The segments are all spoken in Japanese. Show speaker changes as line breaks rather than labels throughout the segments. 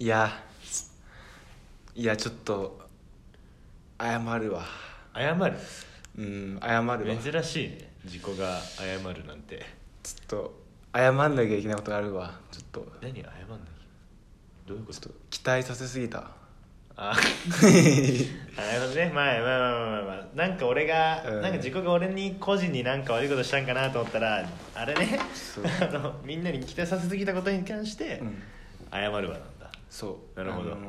いやいやちょっと謝るわ
謝る
うん謝るわちょっ
珍しいね自己が謝るなんて
と謝んなきゃいけないことがあるわちょっと
何謝んないどういうこ
ちょっ
と
と期待させすぎた
あ あなるほどねまあまあまあまあまあ、まあ、なんか俺が、
うん
なんか自己が俺に個人になんか悪いことしたんかなと思ったらあれね
そう
あのみんなに期待させすぎたことに関して、
うん
謝るわなんだ
そう
なるほど
あのー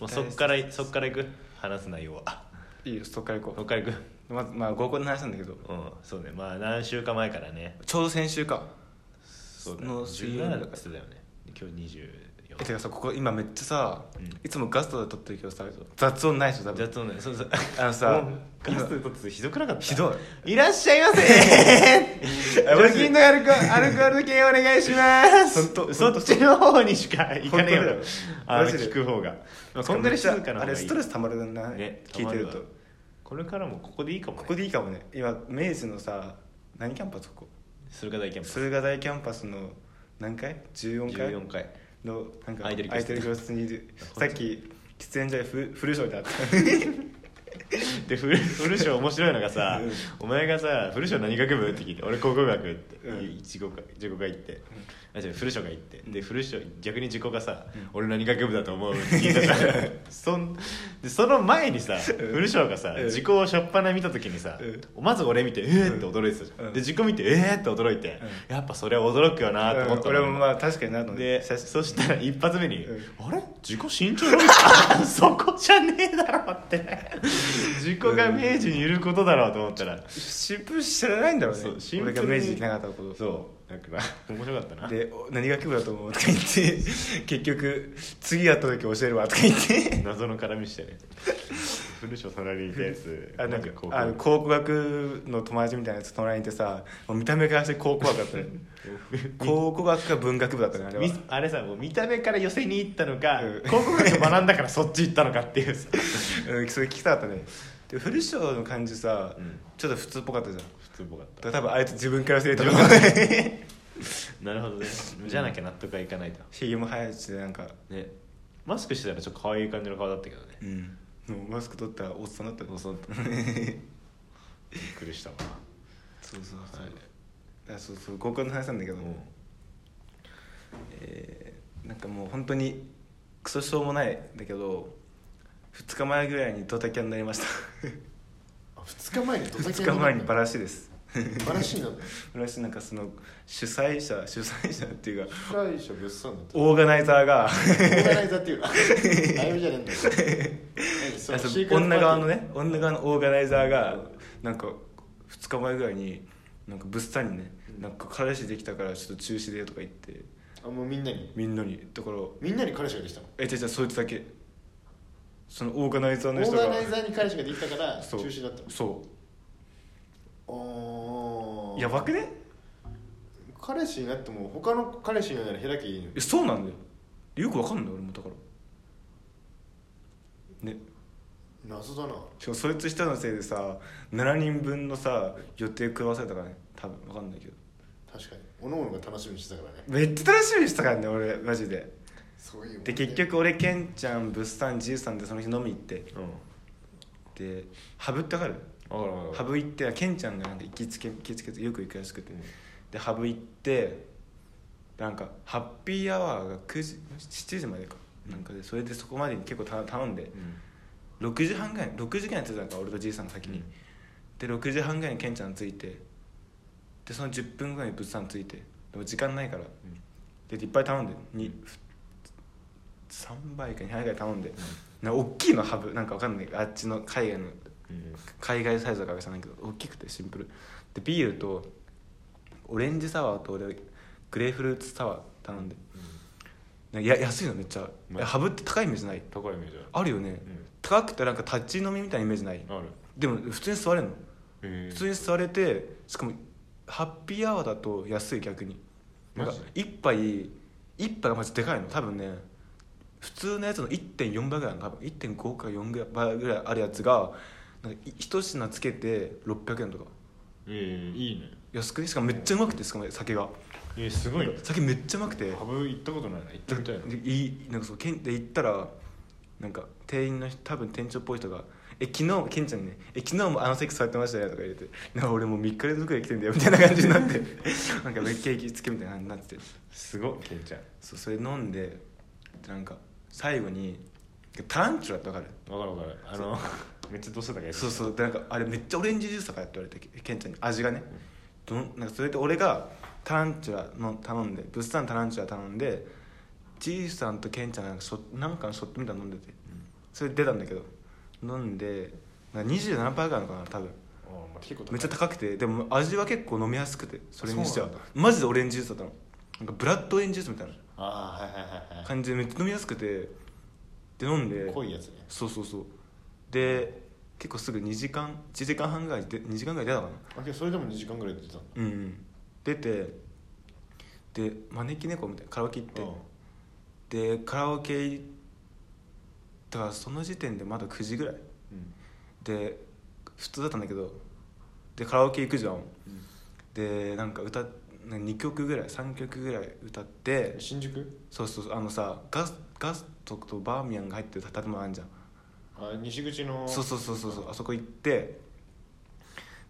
もうそっからそっから行く話す内容はい
いよそっから行
そっ
こ
から行く
うまずまあ合コンの話なんだけど
うんそうねまあ何週間前からね
ちょうど先週か
そうだね
の水曜日だ
17
か
っ
ら
て言ってたよね今日
えてかさここ今めっちゃさ、
うん
いつもガストで撮ってるけどさ雑音ないでしょ多
24じゃあ
分
そのそうそう
あのさ
もうガスで撮っててひどくなかった
ひど
いらっしゃいま せ
あマジ
のアルコアルコール系お願いしま
ほんと
そっちの方にしか行かねえよ
ほんとだよ
あの
マジで
聞く方が
こんなにし
静
た
かな
あ
方が
れ
い
ス
い
トレスたまるな、
ね
聞いてる
たま
と
わこれからもここでいいかもね
ここでいいかもね今明治のさ何キャンパスここ
それが大キャンパス
駿河台キャンパスの何階 ?14 階
14回
のなんか
空いてる教室
教室にいるさっき喫煙所で フフルショーであった
でフルフルショー面白いのがさ、
うん
お前がさ「フルショー何学部?」って聞いて「俺工工学」って
うん
15回15回行って、あ違うフルショーが行って
うん
でフルショー逆に自己がさ
うん
「俺何学部だと思う?」って聞いてさそんでその前にさ、
うん
フルショーがさ
うん
自己を初っ端見た時にさ、
うん
まず俺見て「えー!」って驚いてたじゃん、
うん
で自己見て「えー!」って驚いて、やっぱそれは驚くよなと思った
う
の
ん俺もまあ確かになと思って
でそしたら一発目に「
う
あれ自己身長伸びた そこじゃねえだろ」って自己が明治にいることだろうと思ったら、
新聞知らないんだろうね
そう新聞
俺が明治できなかったこと
そうなんか面白かったな
でお何学部だと思うとか言 って結局次やった時教えるわとか言って
謎の絡みしてね古書隣にいたやつ
あなんか
こう
あの考古学の友達みたいなやつ隣にいてさもう見た目からして考古学だった ね考古学か文学部だったねあれは
みあれさもう見た目から寄せに行ったのか、
うん
高校学学んだからそっち行ったのかっていうさ
うん、それ聞きたかったねでフルショーの感じさ、
うん
ちょっと普通っぽかったじゃんだ
普通っぽかった
から多分あいつ自分から忘れたと 思う
なるほどねじゃなきゃ納得はいかないと
ひげも生えててなんか、
ねマスクしてたらちょっと可愛い感じの顔だったけどね
うん、もうマスク取ったらおっさんだった
おっさんだっ
そう
びっくりしたわ
そうそう、
はい
あそうそう合コンの話なんだけど、えーなんかもう本当にクソしょうもないんだけど2日前ぐらいにドタキャンになりました
2日前にドタキャン
2日前にバラシです
バラシなんだ
バラシなんかその主催者主催者っていうか
主催者物産なんだ
オーガナイザーが
オーガナイザーっていうのあやめじゃねえんだよ
あ
何
そう
シークレット
女側の
パー
ね女側のオーガナイザーがなんか2日前ぐらいになんか物産にね、
うん
なんか彼氏できたからちょっと中止でとか言って
ティーあもうみんなに
みんなにだから
みんなに彼氏ができたの
えじゃじゃそいつだけそのオーガナイザー
オ
の人
ー
が
ガナイザーに彼氏ができたから中
そう
止だったの
そ
お
う
ー
やばくね
彼氏になっても他の彼氏のようなら開きゃいいのに
えそうなんだよよくわかんない俺もだからね
謎だな
しかもそいつ一人のせいでさ7人分のさ予定食わされたからね多分わかんないけど
確かにおのおのが楽しみにしてたからね
めっちゃ楽しみにしたからね俺マジで
そういうもんね
で結局俺ケンちゃん物産じいさんでその日飲み行って
うん
でハブってわかる
分かる分か
ハ
る
ブ行ってケンちゃんがなんか行きつけ行きつけてよく行くらしくて、でハブ行ってなんかハッピーアワーが9時7時までかなんかでそれでそこまでに結構た頼んで6時半ぐらい6時ぐらいに着いたのか俺とじいさんが先に、
うん
で6時半ぐらいにケンちゃん着いてでその10分ぐらいに物産着いてでも時間ないからでいっぱい頼んでに
うん
3杯か2杯ぐらい頼んで、な大きいのハブなんかわかんないあっちの海外の
うん
海外サイズだから知らないけど大きくてシンプルでビールとオレンジサワーと俺グレーフルーツサワー頼んで、なんかや安いのめっちゃ、
まあ
えハブって高いイメージない
高いイメージあ
あるよね、高くてなんか立ち飲みみたいなイメージない、
るある
でも普通に座れるの
え
普通に座れてしかもハッピーアワーだと安い逆になんか
マジで
1杯1杯がまずでかいの多分ね普通のやつの1.4倍ぐらいなの多分1.5か4倍ぐらいあるやつがなんかい一品つけて600円とか
ええいいね
安くねしかもめっちゃうまくてしかも酒が
えすごいね
酒めっちゃうまくて
ハブ行ったことないな行ってみたいない
いなんかそうけんで行ったらなんか店員の人多分店長っぽい人が「え昨日ケンちゃんにねえ昨日もあの席座ってましたね」とか入れて「なんか俺もう3日連続で来てんだよ」みたいな感じになって なんかめっちゃ行きつけみたいなになってて
すごいケンちゃん
そうそれ飲んででなんか最後にタランチュラってわかる
わかるわかるあのめっちゃどうせだけ
そうそうでなんかあれめっちゃオレンジジュースとかやって言われてケンちゃんに味がねどんなんかそれで俺がタランチュラの頼んで物産タランチュラ頼んでじいさんとケンちゃんがなんかショッなんかのショットみたいなの飲んでてそれで出たんだけど飲んでなんか27%ぐらいなのかな多分
あーまあ結構高い
めっちゃ高くてでも味は結構飲みやすくてそれにしては
そうなんだ
マジでオレンジジュースだったのなんかブラッドオレンジジュースみたいな
ああはいはいはいは
感じでめっちゃ飲みやすくてで飲んで
い濃いやつね
そうそうそうで結構すぐ2時間1時間半ぐらいで2時間ぐらい出たかな
あけどそれでも2時間ぐらい出てたんだ
うんうん出てで招き猫みたいなカラオケ行って
う
で
ん
カラオケ行ったからその時点でまだ9時ぐらい
うん
で普通だったんだけどでカラオケ行くじゃん
うん
でなんか歌っ2曲ぐらい3曲ぐらい歌って
新宿
そうそうそうあのさガスガストとバーミヤンが入ってる建物あるじゃん
あ西口の
そうそうそうそうそうあそこ行って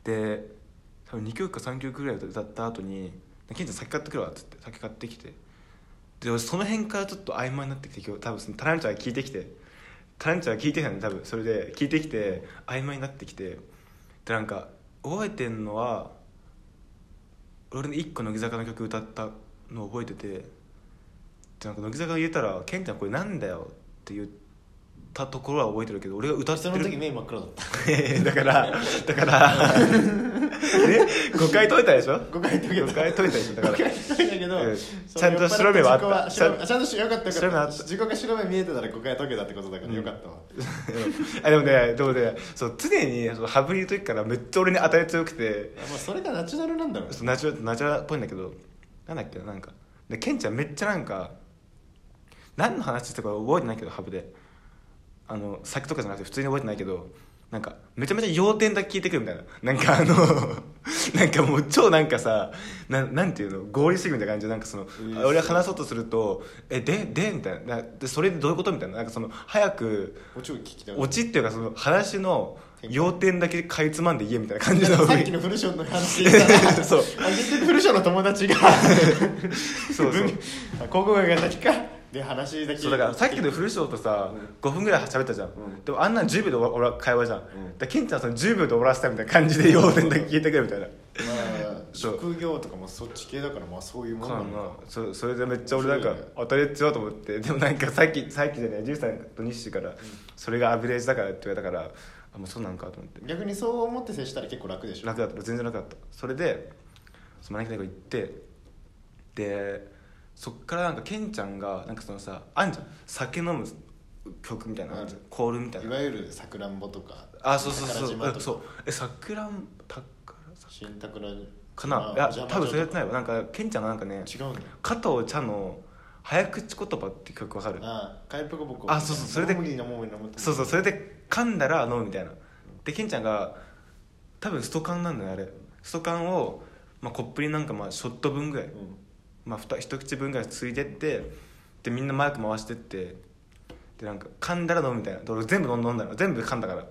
で多分2曲か3曲ぐらい歌った後に「ケンちゃん酒買ってくるわ」っつって酒買ってきてで俺その辺からちょっと曖昧になってきて今日多分そのタランチャー聞いてきてタランチャー聞いてきたんで多分それで聞いてきて曖昧になってきてでなんか覚えてんのは俺の1個乃木坂の曲歌ったのを覚えててでなんか乃木坂が言えたら「ケンちゃんこれなんだよ」って言ったところは覚えてるけど俺が歌って
そ
る
の時目真っ暗だった
え ーだからだ からね誤解解いたでしょ
誤解解け
誤
た
解解いたでしょだから
だけど、
うん
その
ちゃんと白目はあったちゃ
は
ん
白目ちゃんとよかったよ
白目
か
あ
っ
ったた
自己が白目見えてたら誤解解けたってことだから
うん
よかったわ、
あでもねでもねそう常にその羽振りの時からめっちゃ俺に当たり強くて
まあ、それがナチュラルなんだろうね
そうナチュラナチュラルっぽいんだけどなんだっけななんかでケンちゃんめっちゃなんか何の話してたか覚えてないけどハブであの先とかじゃなくて普通に覚えてないけどなんかめちゃめちゃ要点だけ聞いてくるみたいななんかあの なんかもう超なんかさななんていうの合理主義みたいな感じでなんかその、
うん
俺が話そうとすると「えでで?」みたいななでそれでどういうことみたいななんかその早く
もうちょい聞きたい
オチっていうかその話の要点だけかいつまんで言えみたいな感じの
さっきのフルションの話で言ったら
そう
あ結局フルションの友 達が
そう そう
あ高校が先かで話だけ
そうだからさっきのフルショーとさ、5分ぐらい喋ったじゃん、
ん
でもあんなん10秒で終わる会話じゃん、
ん
だからケンちゃんはその10秒で終わらせたいみたいな感じで要点だけ聞いてくるみたいな
まあ
そう
職業とかもそっち系だからまあそういうもんな
か
のか
そそれでめっちゃ俺なんか
面白いね
当たり強いと思ってでもなんかさっきさっきじゃないジューさんと西からそれがアベレージだからって言われたからあもうそうなのかと思って
逆にそう思って接したら結構楽でしょ
楽だった全然楽だったそれでその招き猫行ってでそっからなんかケンちゃんがなんかそのさあんじゃん酒飲む曲みたいなのあるじゃん
ある
コールみたいない
わゆるさくらんぼとか
あそうそうそう
宝島と
う
か
んそうえさくらんたからさ
新宝
かな
あ
いや
ジャマ
多分それやってない
ジ
わなんかケンちゃんがなんかね
ャマ違うんだよ
加藤茶の「早口言葉」って曲わかる
ああかいぽこぼこ
あそうそうそれで
もう無理なもん無理なもん
そうそうそれで噛んだら飲むみたいなでケンちゃんが多分ストカンなんだよあれストカンを、まあ、コップになんかまあショット分ぐらい、
うん
まあ、ふた一口分ぐらいついてってでみんなマイク回してってでなんか噛んだら飲むみたいなで俺全部飲んだの全部噛んだから、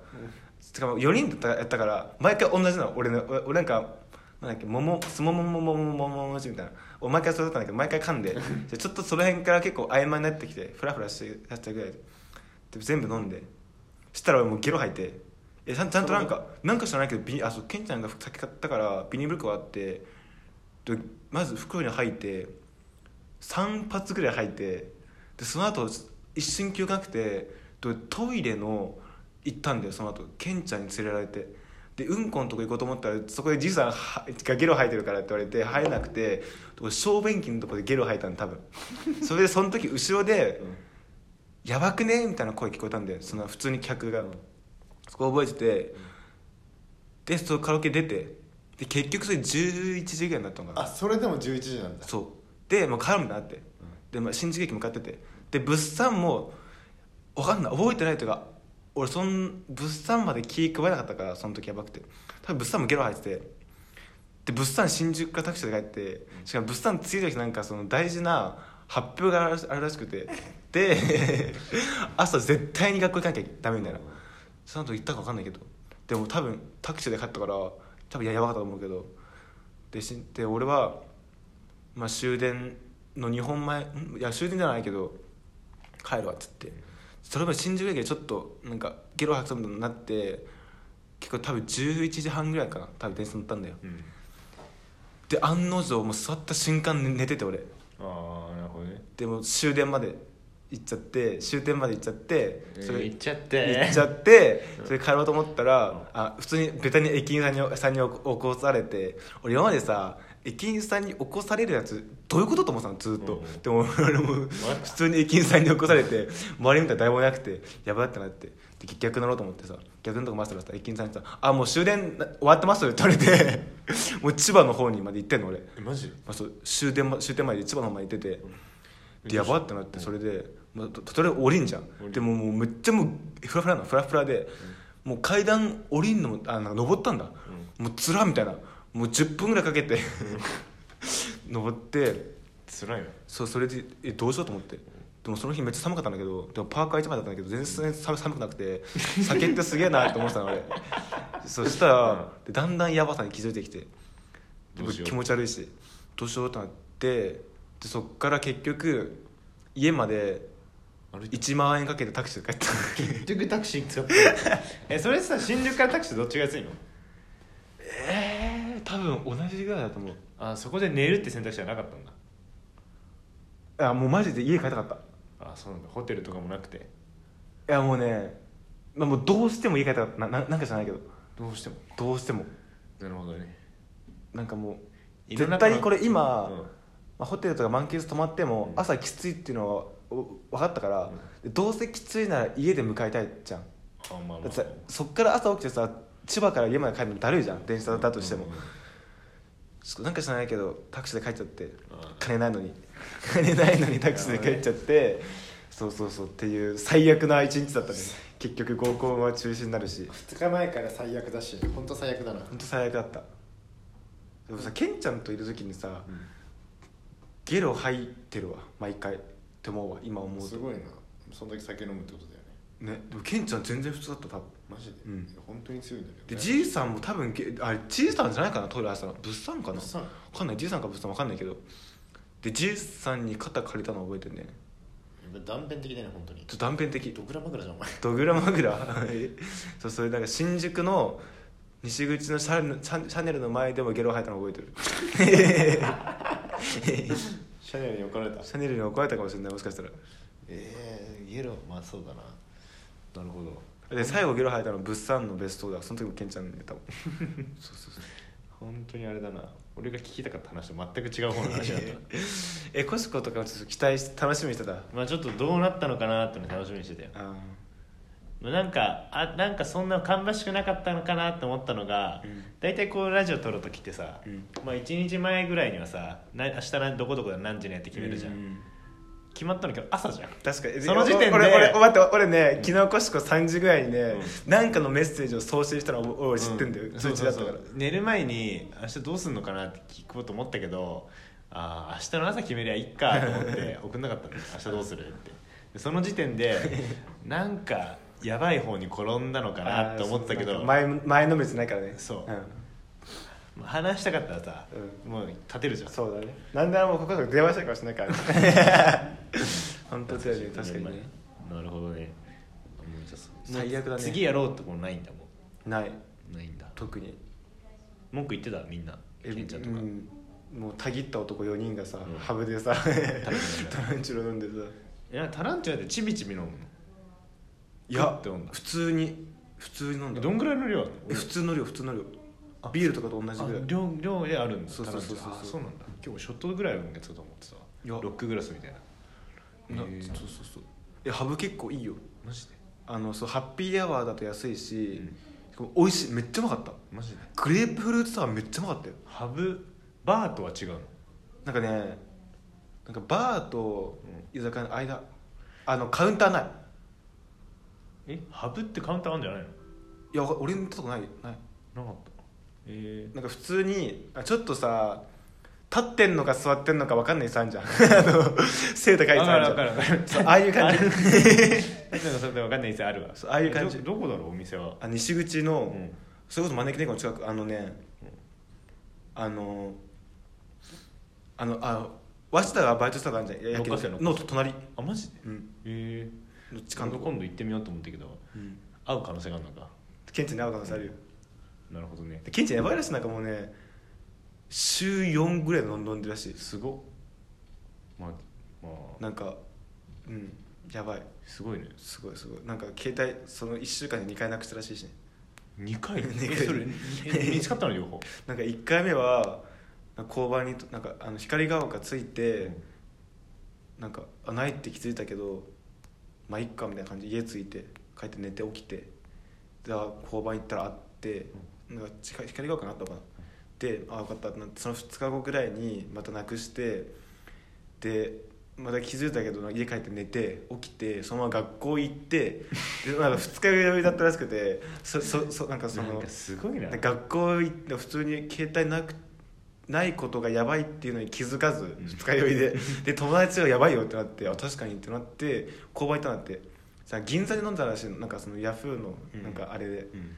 しかも4人だったやったから毎回同じなの俺の俺俺なんかなんだっけももすもももももももももちみたいな俺毎回それだったんだけど毎回噛んででちょっとその辺から結構曖昧になってきてフラフラしてやったぐらいでで全部飲んでしたら俺もうゲロ吐いてえちゃんちゃんとなんかなんか知らないけどビニあそうケンちゃんが酒買ったからビニール袋あってでまず袋に入って3発ぐらい入ってでその後一瞬記憶なくてでトイレの行ったんだよその後ケンちゃんに連れられてでうんこのとこ行こうと思ったらそこでじいさんはがゲロ吐いてるからって言われて入れなくて俺小便器のとこでゲロ吐いたの多 分それでその時後ろで
うん
「やばくね?」みたいな声聞こえたんでその普通に客が、そこ覚えててでそのカラオケ出てで結局それ11時ぐらいになったのか
あ
な
それでも11時なんだ
そうでもう帰るみたいになって、で、まあ、新宿駅向かっててで物産も分かんない覚えてないというか俺そん物産まで気配らなかったからその時やばくて多分物産もゲロ吐いててで物産新宿からタクシーで帰ってしかも物産次の日なんかその大事な発表があるらしあるらしくて で朝絶対に学校行かなきゃダメみたいなその後行ったか分かんないけどでも多分タクシーで帰ったから多分ややばかったと思うけどでしで俺は、まあ、終電の2本前んいや終電じゃないけど帰るわっつってそれまで新宿駅でちょっとなんかゲロ吐きそうになって結構多分11時半ぐらいかな多分電車乗ったんだよ
うん
で案の定もう座った瞬間寝寝てて俺
ああなるほどね
でも終電まで行っちゃって終点まで行っちゃってそれ
行っちゃって
行っちゃってそれ帰ろうと思ったらあ普通にベタに駅員さんにさんに起こされて俺今までさ駅員さんに起こされるやつどういうことと思ってたのずっと
うん
でも俺も普通に駅員さんに起こされて周り見たら誰もいなくてやばいってなってで逆乗ろうと思ってさ逆のとこ回したらさ駅員さんにさ「あもう終電な終わってます」って言われてもう千葉の方にまで行ってんの俺。
えマジ
まあ、そう終電ま終点まで千葉の方まで行ってて、でやばってなってそれで、まあ、ととりあえず降りんじゃ
り
ん
る
でももうめっちゃもうフラフラなのフラフラで、もう階段降りんのもあなんか登ったんだ、もうつらみたいなもう10分ぐらいかけて 登って
辛いな
そうそれでえどうしようと思ってでもその日めっちゃ寒かったんだけどでもパーカー一枚だったんだけど全然寒寒くなく て酒ってすげえなって思ってたの俺そしたら、でだんだんやばさに気づいてきてで
どうしよう
気持ち悪いしどうしようってなってでそっから結局家まで
歩いて
1万円かけてタクシーで帰った
結局タクシー使って
えそれさ新宿からタクシーどっちが安いの
ええ多分同じぐらいだと思う
あそこで寝るって選択肢はなかったんだ
あもうマジで家帰りたかったい
あそうなんだホテルとかもなくて
やもうね、まあ、もうどうしても家帰りたかったなななんかじゃないけど
どうしても
どうしても
なるほどね
なんかもう
家の
絶
中の
対にこれ今、
うん
まあ、ホテルとか満喫泊まっても
うん
朝きついっていうのはお分かったから、でどうせきついなら家で迎えたいじゃん
あまあ
だ
ま
って
あ
さそっから朝起きてさ千葉から家まで帰るのだるいじゃん電車だとしても、
うんうんうん
ちょっとなんか知らないけどタクシーで帰っちゃって
あ
金ないのに 金ないのにタクシーで帰っちゃってそうそうそうっていう最悪な一日だったね結局合コンは中止になるし
2日前から最悪だし本当最悪だな
本当最悪だったでもさケンちゃんといる時にさ、ゲロ吐いてるわ毎回って思うわ今思うと
すごいなそんだけ酒飲むってことだよね
ねでもケンちゃん全然普通だった多分
マジで、
うん
いや本当に強いんだけ
で
ど
じいさんも多分ゲあれじいさんじゃないかなトイレ入ってたの物産かな
物産
わかんないじいさんか物産わかんないけどでじいさんに肩借りたの覚えてるね
断片的だよね本当
ち
に
ょっと断片的
ドクラ枕じゃんお前
ドグラマグラそうそれなんか新宿の西口のシャネルシャシャネルの前でもゲロ吐いたの覚えてる
シャネルに怒られた
シャネルに怒られたかもしれないもしかしたら
ええー、ゲロまあそうだななるほど
で最後ゲロ吐いたの物産のベストだその時もケンちゃんのネタもそうそうそう
本当にあれだな俺が聞きたかった話と全く違う方の話だ ったな
えコシコとかちょっと期待して楽しみにしてたあ
まあちょっとどうなったのかなっての楽しみにしてたよ
あ
まあなんかあなんかそんな芳しくなかったのかなって思ったのが
うん
大体、こうラジオ撮る時ってさ、
うん
まあ、1日前ぐらいにはさな明日などこどこで何時にやって決めるじゃん、決まったの今日朝じゃん
確かに
その時点で
俺俺俺待って俺ね昨日コシコ3時ぐらいにね、なんかのメッセージを送信したのを俺知ってんだよ、
う
通知だったから
そうそうそう寝る前に明日どうすんのかなって聞こうと思ったけどああ明日の朝決めりゃいいかと 思って送んなかったんで明日どうするってでその時点でなんかやばい方に転んだのかなと思ってたけ
あーそ
ど
うなんか前前のめりじゃないからね
そう
うん
まあ話したかったらさ、もう立てるじゃん
そうだねなんであのここで電話したかもしれないからね本当だよね確かにね
なるほどねもうじゃあそ
最悪だね
次やろうってことないんだも
ない
んないんだ
特に
文句言ってたみんなケンちゃんとか、
うんもうたぎった男4人がさ、
うん
ハブでさタ
タ
ランチュラ飲んでさ
いやタランチュラってちびちび飲むの
い
グ
や
ッて飲んだ
普通に普通に飲んだ
どんぐらいの量なの
え普通の量普通の量ビールとかと同じぐらい
あ量量であるんだ
そうそうそうそう
タランチュラあそうなんだ今日ショットぐらいのやつだと思ってたわ
いや
ロックグラスみたいな
な
へー
そうそうそうえハブ結構いいよ
マジで
あのそうハッピーアワーだと安いし、しかも美味しいめっちゃうまかった
マジで
グレープフルーツサワーめっちゃうまかったよ
ハブバーとは違うの
なんかねなんかバーと居酒屋の間あのカウンターない
えハブってカウンターあるんじゃないの
いやわか俺のとこないない
なかっえ
なんか普通にあちょっとさ立ってんのか座ってんのか分かんないさあんじゃん あの背高いさあんじゃん
分かる分かる
そうああいう感じ
あるなんかそれで分かんないやつあるわ
そうああいう感じ
えどどこだろうお店は
あ西口の、
うん
それこそ招き猫の近くあのね、あのあのあ鷲田がバイトしたからあんじゃんいや
六ヶ瀬の
の隣
あマジで
うん
え
どっち
え
か
今
の
度今度行ってみようと思ったけど
うん
会う可能性があるのか
ケンチに会う可能性あるよ
なるほどね
でケンチやばいらしいなんかもうね週4ぐらい飲んでるらしい
すごっまあまあ
なんかうんやばい
すごいね
すごいすごいなんか携帯その1週間で2回なくしたらしいしね
2回
二回
えそれえ 見つかったの両方
なんか1回目はなんか交番になんかあの光が丘ついて、
うん
なんかあないって気づいたけどまあいっかみたいな感じで家着いて帰って寝て起きてじゃあ交番行ったら会って、なんか近い光が丘になったのかな、でああよかったってなってその2日後ぐらいにまたなくしてでまた気づいたけど家帰って寝て起きてそのまま学校行ってでなんか2日酔いだったらしくてそそそなんかそ
なん
の
かすごいな
で学校行って普通に携帯なくないことがやばいっていうのに気づかず
うん
二日酔い でで友達はやばいよってなってあ確かにってなって購買行ったんだってさ銀座で飲んだらしいのなんかそのヤフーの
うん
なんかあれで、
うん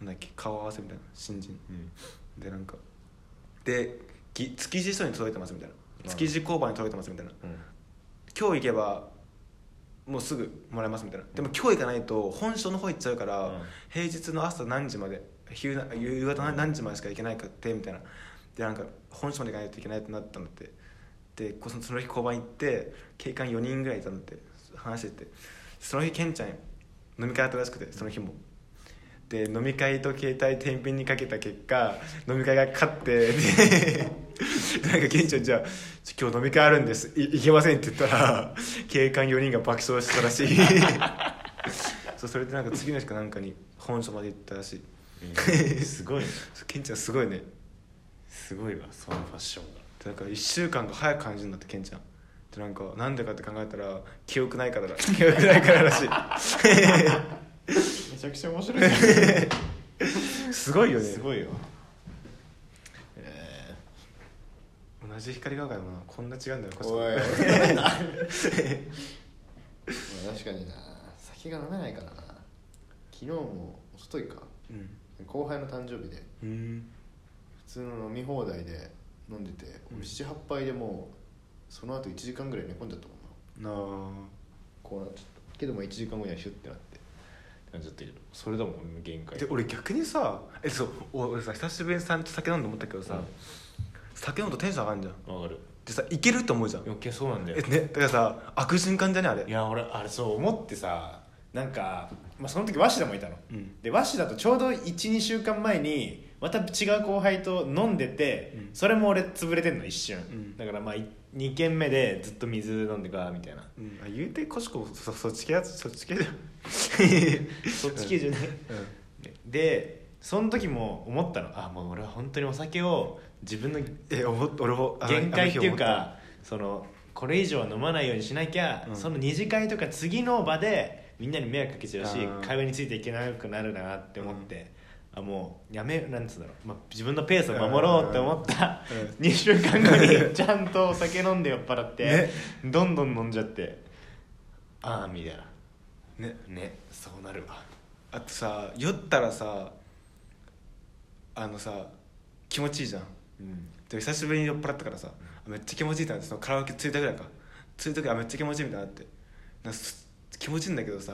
なんだっけ顔合わせみたいな新人
うん
でなんかでぎ築地署に届いてますみたいな
うん
築地交番に届いてますみたいな
うん
今日行けばもうすぐもらえますみたいなでも今日行かないと本署の方行っちゃうから、
うん
平日の朝何時まで昼な夕方何何時までしか行けないかってみたいなでなんか本署まで行かないといけないってなったんだってでこそのその日交番行って警官4人ぐらいいたんだって話しててその日ケンちゃん飲み会あったらしくてその日も。で飲み会と携帯天秤にかけた結果飲み会が勝ってでなんか県庁にじゃあ「今日飲み会あるんですい行けません」って言ったら警官4人が爆笑したらしいそうそれでなんか次の日かなんかに本署まで行ったらしい
え ーすごいね
そうケンちゃんすごいね
すごいわそのファッションが
でなんか1週間が早く感じるんだってケンちゃんでなんかなんでかって考えたら記憶ないからだ記憶ないかららし
めちゃくちゃ面白いね
いすごいよね
すごいよえ
同じ光が丘でもなこんな違うんだよ
おい
こ
まあ確かにな酒が飲めないからな昨日もおとといか
そ うん
後輩の誕生日で
うん
普通の飲み放題で飲んでて俺78杯でもうその後1時間ぐらい寝込んじゃったもんな
なあ
こうなっちゃったけども1時間後にはヒュッてなって
ー感じだったけどそれだもん俺の限界
で俺逆にさえそうお俺さ久しぶりにさんと酒飲んで思ったけどさ、
うん
酒飲むとテンション上がるじゃん
わかる
でさいけると思うじゃん
余計そうなんだよ
えねだからさ悪循環じゃねあれ
いや俺あれそう思ってさなんか、まあ、その時鷲田もいたの、
うん
で鷲田とちょうど12週間前にまた違う後輩と飲んでて、
うん
それも俺潰れてんの一瞬、
ん
だからまあ2軒目でずっと水飲んでガーみたいな
うん、あ言うてコシコそそっち系やつそっち系じゃん
そっち系じゃない、でその時も思ったのあもう俺は本当にお酒を自分の
え思っ俺もあの
限界ってい
あの
う
日思っ
かそのこれ以上は飲まないようにしなきゃ、
うん
その二次会とか次の場でみんなに迷惑かけちゃうし
あー
会話についていけなくなるなって思って、あもうやめなんつうんだろう、まあ、自分のペースを守ろうって思った
う
2週間後にちゃんとお酒飲んで酔っ払って、
ね
どんどん飲んじゃってああみたいな
たね
ねそうなるわ
あとさ酔ったらさあのさ気持ちいいじゃん
うん
で久しぶりに酔っ払ったからさあめっちゃ気持ちいいってなってそのカラオケついたぐらいかついた時あめっちゃ気持ちいいみたいになってなんかす気持ちいいんだけどさ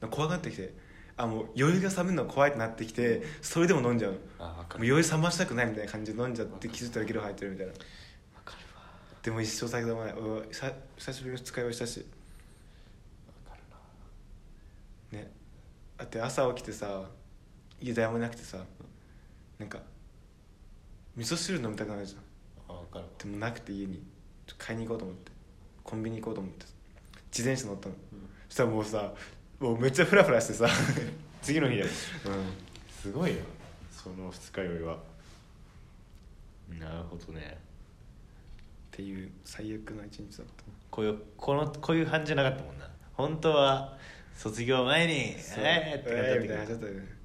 なんか怖くなってきてあもう余裕が冷めるの怖いってなってきてそれでも飲んじゃうのも
あ分か
う
る
余裕冷ましたくないみたいな感じで飲んじゃって気づいたらゲロ入ってるみたいな
わかるわ
でも一生酒飲まないうんさ久しぶりに二日酔いしたし
わかるな
ねだって朝起きてさ家誰もいなくてさなんか味噌汁飲みたくなるじゃん
あ分かるわ
でもなくて家にちょっと買いに行こうと思ってコンビニ行こうと思って自転車乗ったの、そしたらもうさもうめっちゃフラフラしてさ、
次の日だよ
う
すごいよその二日酔いはなるほどね
っていう最悪な一日だった
こういうこのこういう感じじゃなかったもんな本当は卒業前に「えー、って
えーみ
な
たいな感じ
ったって
だったよね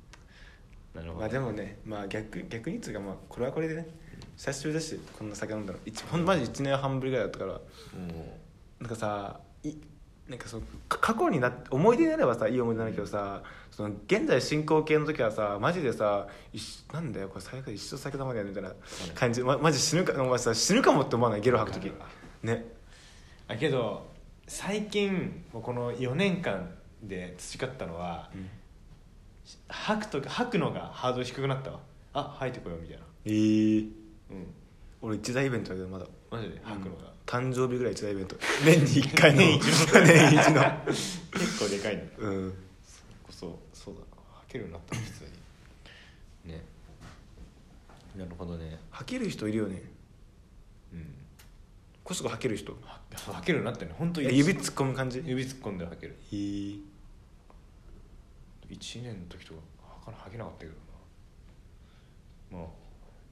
なるほど
まあでもねまあ逆逆にっつうかまあこれはこれでね久しぶりだしこんな酒飲んだの一ほんまじ1年半ぶりぐらいだったからなんかさいなんかそのか過去にな思い出になればさいい思い出なんだけどさその現在進行形の時はさマジでさ一緒なんだよこれ最悪一生酒玉だよみたいな感じまマジ死ぬかお前さ死ぬかもって思わないゲロ吐く時
わか
ね
あけど最近もうこの4年間で培ったのは、吐くとか吐くのがハードル低くなったわあ吐いてこようみたいな
えー、
うん
俺一大イベントだけどまだ
マジで吐くのが、
誕生日ぐらい一大イベント年に1回の
年一の
年一 の
結構でかいんだ
うん
こそそうだな吐けるようになったの普通にねなるほどね
吐ける人いるよね
うん
こそこ吐ける人
は吐けるようになったよね本当
いや指突っ込む感じ
指突っ込んで吐ける
えー
1年の時とか吐かな吐けなかったけどなまあ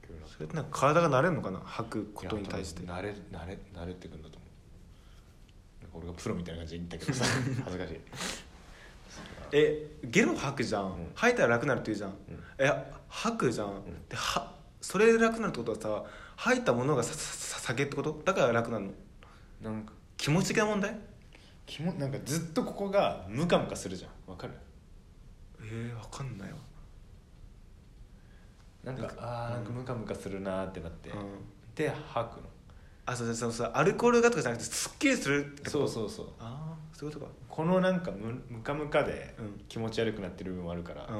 吐けるようになった
それってなんか体が慣れるのかな吐くことに対して
いや多分慣れ慣れ慣れてくんだと思うなんか俺がプロみたいな感じで言ったけどさ恥ずかしい
えゲロ吐くじゃん、
ん
吐いたら楽になるって言うじゃん、
ん
え吐くじゃん、ではそれで楽になるってことはさ吐いたものがさささ酒ってことだから楽なの
なんか
気持ち的な問題
気もなんかずっとここがムカムカするじゃんわかる
えー、わかんないわ
なんかあーなんかムカムカするなーってなって、
うん
で吐くの
あそうそうそうそうアルコールがとかじゃなくてすっきりするってこと
そうそうそう
ああそういうことか
このなんかムムカムカで
うん
気持ち悪くなってる部分もあるから、
うーん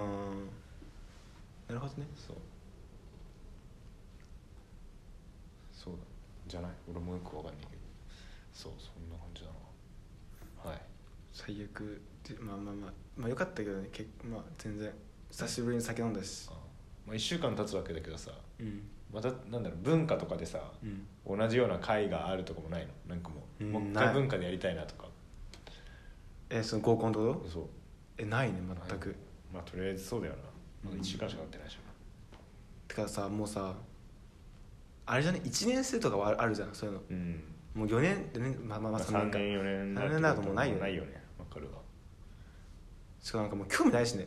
なるほどね
そうそうだじゃない俺もよくわかんないけどそうそんな感じだなはい
最悪でまあまあまあまあよかったけどねけまあ全然久しぶりに酒飲んだし
あまあ、1週間経つわけだけどさ
うん
またなんだろう文化とかでさ
うん
同じような会があるとかもないのなんかもう,、
うん
もう一
な
回
い
文化でやりたいなとか
えその合コンってこと
そう
えないね全く、
まあとりあえずそうだよなまだ
うん
1週間しか経ってないでしょ
てかさもうさあれじゃね1年生とかはああるじゃんそういうの
うん、
もう4年でねまあまあ
ま
ま
あ、
あ
3
3年か
年4年
三年なんかもうないよね
ないよねわかる わ
しかもなんかもう興味ないしね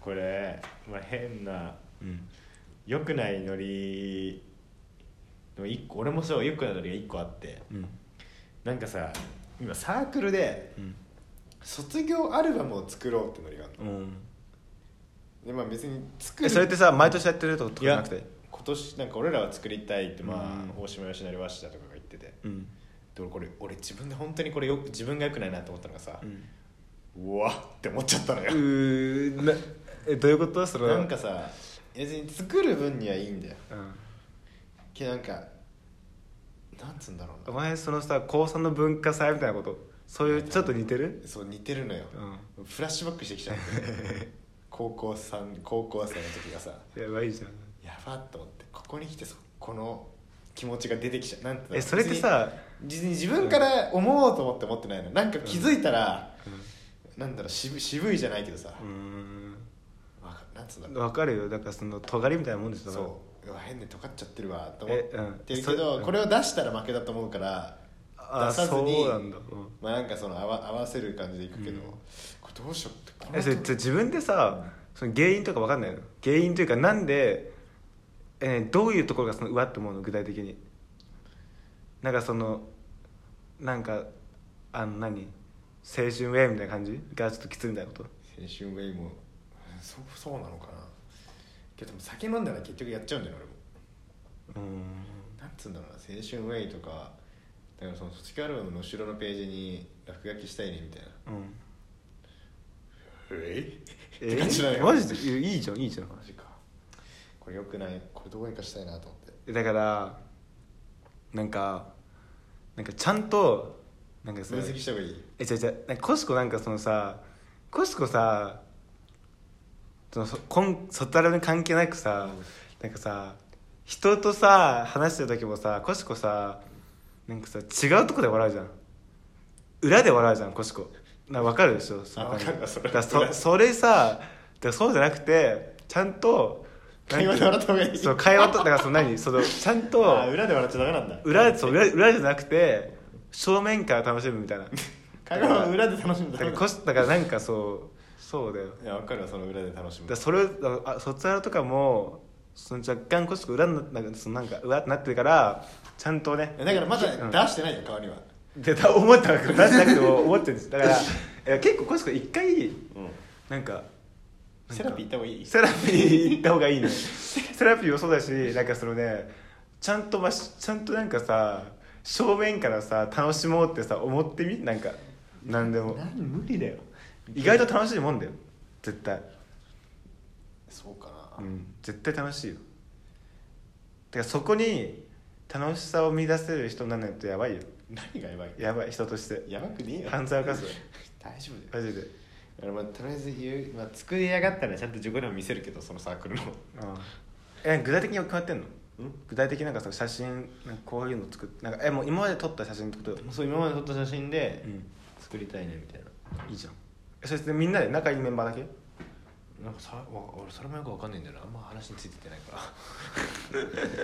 これ、まあ、変な
うん
良くないノリの一個俺もそう良くないノリが一個あって
うん
なんかさ今サークルで
うん
卒業アルバムを作ろうってノリがある
うん
でまあ別に作
え
る
それってさ毎年やってるとこと
い
かじゃな
や
くて
今年なんか俺らは作りたいってまあ
うん
大島よしなりわしだとかが言ってて
うん
で俺これ俺自分で本当にこれよ自分が良くないなって思ったのがさ
う、ん
うわって思っちゃったの
う
よ
ーなえどういうことそれは
なんかさ
別に作る分にはいいんだよ
うん
けどなんかなんつうんだろう
お
な
前そのさ高3の文化祭みたいなことそういうちょっと似てる
そう似てるのよ、フラッシュバックしてきちゃって 高校3高校生の時がさ
やばいじゃん
やばっと思ってここに来てそこの気持ちが出てきちゃうなんて
えそれってさ
別に別に自分から思おうと思って思ってないのなんか気づいたら、なんだろう渋渋いじゃないけどさ、
うーん
わかなんつうんだろう
わかるよだからその尖りみたいなもんですよだから
そううわ変で尖っちゃってるわと思っ
えうん
てる
そ
け
れ
ど、
うん
これを出したら負けだと思うから
あ
出さずに
そうなんだうん
まあなんかその合わ合わせる感じでいくけど、
うん
これどうしようってこの
えそれ
後
ちょ自分でさその原因とかわかんないの原因というかなんで、えーどういうところがそのうわって思うの具体的になんかそのなんかあの何青春ウェイみたいな感じがちょっときついみたいなこと
青春ウェイもそうそうなのかなけどでも酒飲んだら結局やっちゃうんだよね俺も
うーん
なんつうんだろうな青春ウェイとかだからその卒業アルバムの後ろのページに落書きしたいねみたいな
うん
ウェイ
え
って感じなのよ
マジでいやいいじゃんいいじゃん
マジかこれよくないこれどうにかしたいなと思って
だからなんかなんかちゃんとなんかそ
分
の
析した方がいい
え違う違うなんかコシコなんかそのさコシコさそのそこん外ラブに関係なくさ、なんかさ人とさ話してる時もさコシコさなんかさ違うとこで笑うじゃん裏で笑うじゃんコシコな分かるでしょその感じ
あ分かるそれ
だからそそれさだからそうじゃなくてちゃんと
会話で笑った方がいい
そう会話とだからその何そのちゃんと
あ裏で笑っちゃダメなんだ
裏そう裏裏じゃなくて正面から楽しむみ たいな
会話は裏で楽しむん
だ
だ
からコシだからなんかそうそうだよ
いや分かるわその裏で楽し
だ
む
からそれあ卒アルとかもその若干コシコ裏にななんかそのなんかうわってなってるからちゃんとね
いやだからま
うん
だ出してないよ顔には
でだ思ったわけ出しなくても思ってるんですだからいや結構コシコ一回なんか
セラピー行った方がいい
セラピー行った方がいいね セラピーもそうだしなんかそのねちゃんとましちゃんとなんかさ正面からさ楽しもうってさ思ってみなんか何でも
何無理だよ
意外と楽しいもんだよ絶対
そうかな、
うん絶対楽しいよてかそこに楽しさを見出せる人にならないとやばいよ
何がやばい
やばい人として
やばくねえよ
犯罪を犯すよ
大丈夫だ
マ
よ
ジで
あのまあとりあえず言う、まあ、
作り上がったらちゃんと自己でも見せるけどそのサークルの
うんえ具体的に決まってんの具体的になんかさ写真なんかこういうの作ってなんかえもう今まで撮った写真ってこと
そう今まで撮った写真で
うん
作りたいねみたいない
いじゃんえそしてみんなで仲いいメンバーだけ
なんかさわ俺それもよくわかんないんだよなあんま話についてってないから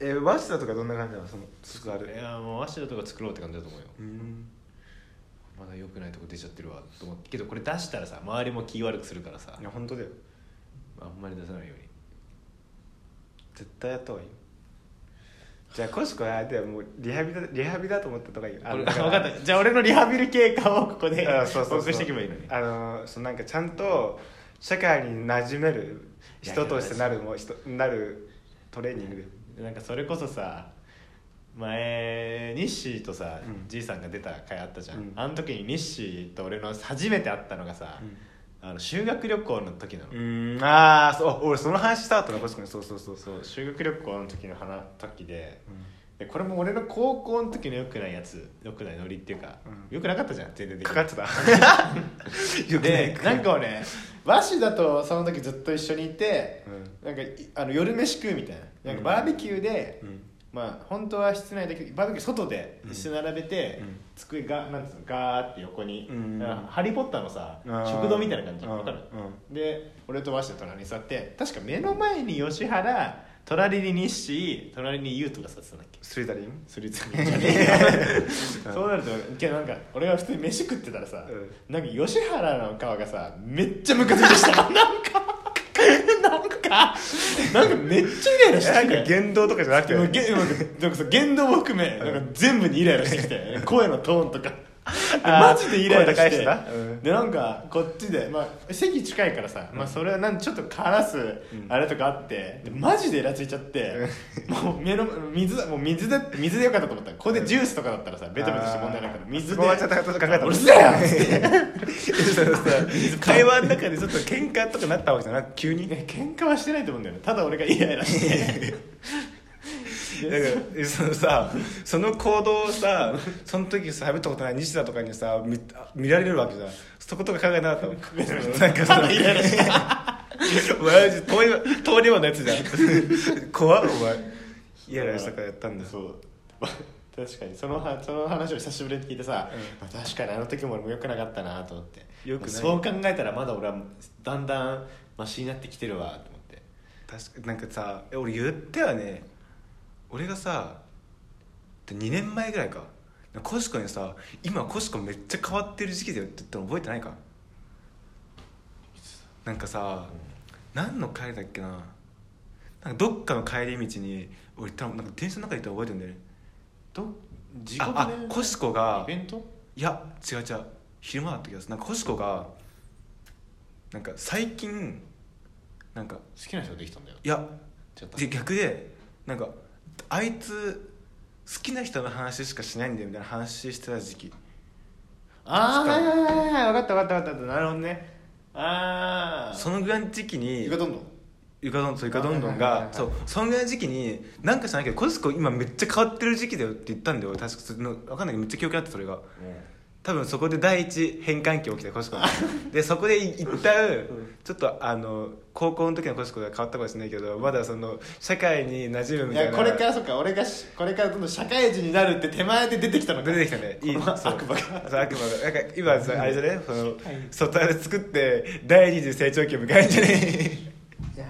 えワシタとかどんな感じなのその作ある
いやもうワシだとか作ろうって感じだと思うよ
うん
まだ良くないとこ出ちゃってるわと思ってけどこれ出したらさ周りも気悪くするからさ
いや本当だよ
あんまり出さないように
絶対やった方がいいよじゃあコシコはあれだよもうリハビリだリハビリだと思ったとかいいよあ
俺
だから
分かったじゃあ俺のリハビリ経過をここで
あそうそうそ
報
う
告していけばいいのに
あのそのなんかちゃんと社会に馴染める人としてなるも人なるトレーニングで
なんかそれこそさ前日誌とさ、
うん
じいさんが出た回あったじゃん、
うん
あの時に日誌と俺の初めて会ったのがさ、あの修学旅行の時なの、
うんああそう俺その話した後のコシコにそうそうそう そう
そう修学旅行の時の話時で
うん
でこれも俺の高校の時の良くないやつ良くないノリっていうか、
うん
良くなかったじゃん全然でき
か
な
か
い
ってた
でなんか俺
和紙だとその時ずっと一緒にいて、
う
なんかいあの夜飯食うみたいななんかバーベキューで、
うん
まあ本当は室内だけどバーベキュー外で椅子並べて、
うん
机がなんつうのガーって横に、
うん
だからハリー・ポッター」のさ
あー
食堂みたいな感じ
うん
わかる、
う
で俺と和紙と隣に座って
確か目の前に吉原隣に日誌隣に優とかさってたんだっけ
スリダリン
それじゃねえよ そうなるとけどなんか俺が普通に飯食ってたらさ、
う
なんか吉原の顔がさめっちゃムカついてした のなんかなんかなんかめっちゃイライラして
な
き
んか
て
言動とかじゃなくて
もうげもうなんかさ言動も含めなんか全部にイライラしてきて声のトーンとか
あー
マジでイライラして
声高い人なうん
でなんかこっちで、まあ、席近いからさ、まあ、それはなんちょっと枯らすあれとかあって、でマジでイラついちゃって、もう目の水もう水で水でよかったと思ったここでジュースとかだったらさベタベタして問題ないから
あー
水
そ
で
こはちょっと考えたの
うるせ えよっつって
会話の中でちょっと喧嘩とかなったわけじゃなく急にだか
ね喧嘩はしてないと思うんだよねただ俺がイライラして
らそのさその行動をさその時さ喋ったことない西田とかにさ見見られるわけじゃんそことか考えなかったのなんかさ
ただイライラして
お前マジ通り通り魔のやつじゃん怖っお前イライラしたからやったんだ
そう確かにそのはその話を久しぶりに聞いてさ、
う
まあ確かにあの時も俺も良くなかったなと思って
良くない
そう考えたらまだ俺はだんだんマシになってきてるわと思って
確かなんかさえ俺言ってはね俺がさ2年前ぐらいかコシコにさ「今コシコめっちゃ変わってる時期だよ」って言ったの覚えてないかなんかさ、何の帰りだっけななんかどっかの帰り道に俺多分なんか電車の中にいたの覚えてるんだよね
ど自
ああコシコが
イベント
いや違う違う昼間だった気がするなんかコシコがなんか最近なんか
好きな人できたんだよ
いや
ちょっと
で逆でなんかあいつ好きな人の話しかしないんだよみたいな話してた時期
ああ
確か
はいはいはい分かった分かった分かったなるほどねああ
そのぐらいの時期に
床どんどん
ゆかどんそうゆかどんどん
はいはい
が
はいはい
そうそのぐらいの時期になんか知らないけどコスコ今めっちゃ変わってる時期だよって言ったんだよ確かその分かんないけどめっちゃ記憶あってそれが多分そこで第一変換期起きてコ シコのでそこでい一旦
ん
ちょっとあの高校の時のコシコが変わったかもしれないけどまだその社会に馴染むみ
い
たいな
やこれからそっか俺がしこれからどんどん社会人になるって手前で出てきたのか
出てきたねいい
この
そう
悪魔が
そう悪魔がなんか今さあれじゃねその外側で作って第二次成長期を迎えるんじゃ ね
いや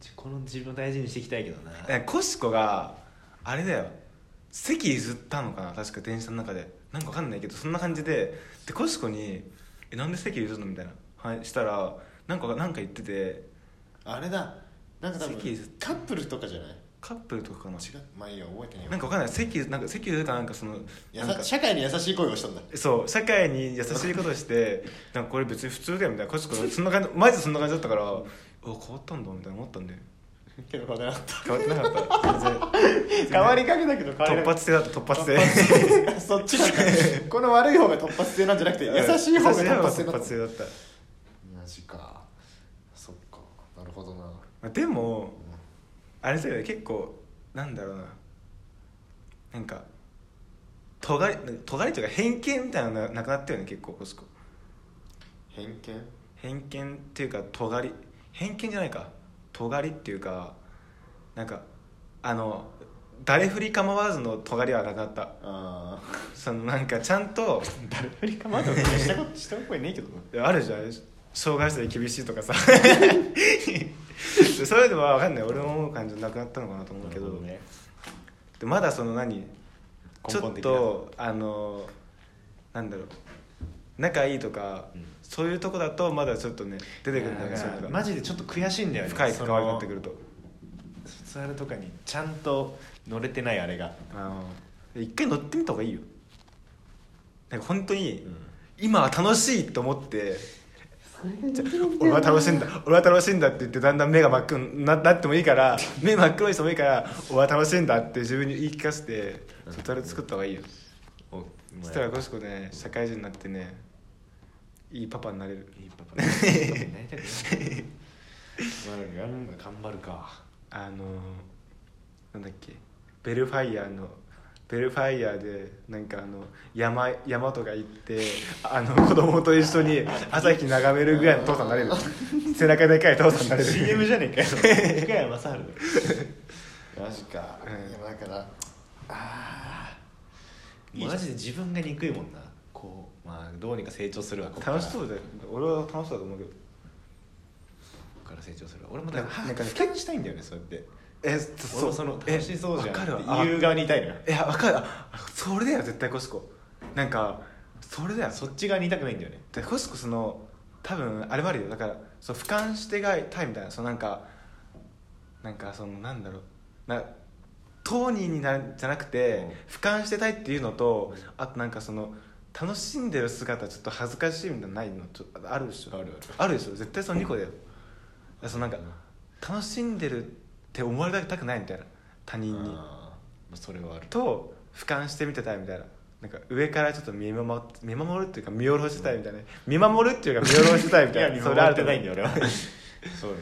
ーこの自分を大事にしていきたいけどな
なんかコシコがあれだよ席譲ったのかな確か電車の中でなんかわかんないけどそんな感じででコシコに「えなんで席譲るの?」みたいなはいしたらなんかなんか言ってて
あれだなんか多
席譲っ
分カップルとかじゃない
カップルとかかな
違うまあいいや覚えてないわ
なんかわかんない席なんか席譲るかなんかその
や
なん
さ
か
社会に優しい声をしたんだ
そう社会に優しいことしてなんかこれ別に普通だよみたいなコシコそんな感じマジでそんな感じだったからあ変わったんだみたいな思ったんで
けど変わ らなかった
変わってなかった 全然
変わりかけだけど変わり
突発性だった突発性
発そっちなんかこの悪い方が突発性なんじゃなくて優しい
優
方が突発性
しい方
な
が
ん
突
だ
発性だった
マジかそっかなるほどな
まあでもあれだよね結構なんだろうななんか尖り尖りというか偏見みたいなのななくなったよね結構コシコ
偏見
偏見っていうか尖り偏見じゃないか尖りっていうかなんかあの誰振り構わずの尖りはなくなった
ああ
そのなんかちゃんと
誰振りかまだしたことした声ねえけどな
あるじゃん障害者で厳しいとかさ そういうのは分かんない俺の思う感じなくなったのかなと思うけど
ね
でまだその何ち
根
ょ
本
っ
的な
とあのなんだろう仲いいとか、
うん
そういうとこだとまだちょっとね出てくるんだよねそういうのが
マジでちょっと悔しいんだよね
深い関わりになって
そ
く
の
ると
卒アルとかにちゃんと乗れてないあれが、
あの一回乗ってみた方がいいよなんか本当に、今は楽しいと思ってじゃ俺は楽しいんだ俺は楽しいんだって言ってだんだん目が真っ黒にななってもいいから目真っ黒にしてもいいから俺は楽しいんだって自分に言い聞かせてそたら作った方がいいよ
お
そしたらコシコね社会人になってねいいパパになれる
いいパパなり たくない頑張る か
あのなんだっけベルファイヤーのベルファイヤーでなんかあの山山とか行ってあの子供と一緒に朝日眺めるぐらいの父さんになれる背中でかい父さんになれる
CM じゃねえかよ 深谷正治だ
マジか、
うん
いやだからあいいじゃん
マジで自分が憎いもんなこうまあどうにか成長するわこっから
楽しそうだよ俺は楽しそうだと思うけど
こっから成長するわ俺もだから
なんか
俯瞰したいんだよねそうやって
え
俺もその楽しそうじゃん
わかるわ
っていう側にいたいのよ
あいやわかるあそれだよ絶対コシコなんかそれだよ
そっち側にいたくないんだよね
でコシコその多分あれもあるよだからそう俯瞰してがたいみたいなそのなんかなんかそのなんだろうな当人になじゃなくて、
うん
俯瞰してたいっていうのとあとなんかその楽しんでる姿ちょっと恥ずかしいみたいなのないのちょっとあるでしょ
あるある
あるでしょ絶対その2個だよだからそのなんか楽しんでるって思われたくないみたいな他人に
あーそれはある
と俯瞰して見てたいみたいななんか上からちょっと見守って見守るっていうか見下ろしてたいみたいな、見守るっていうか見下ろしてたいみたいな
や
そ
見
れあ
守
ると
って
思
な
う
いんだよ俺はそうね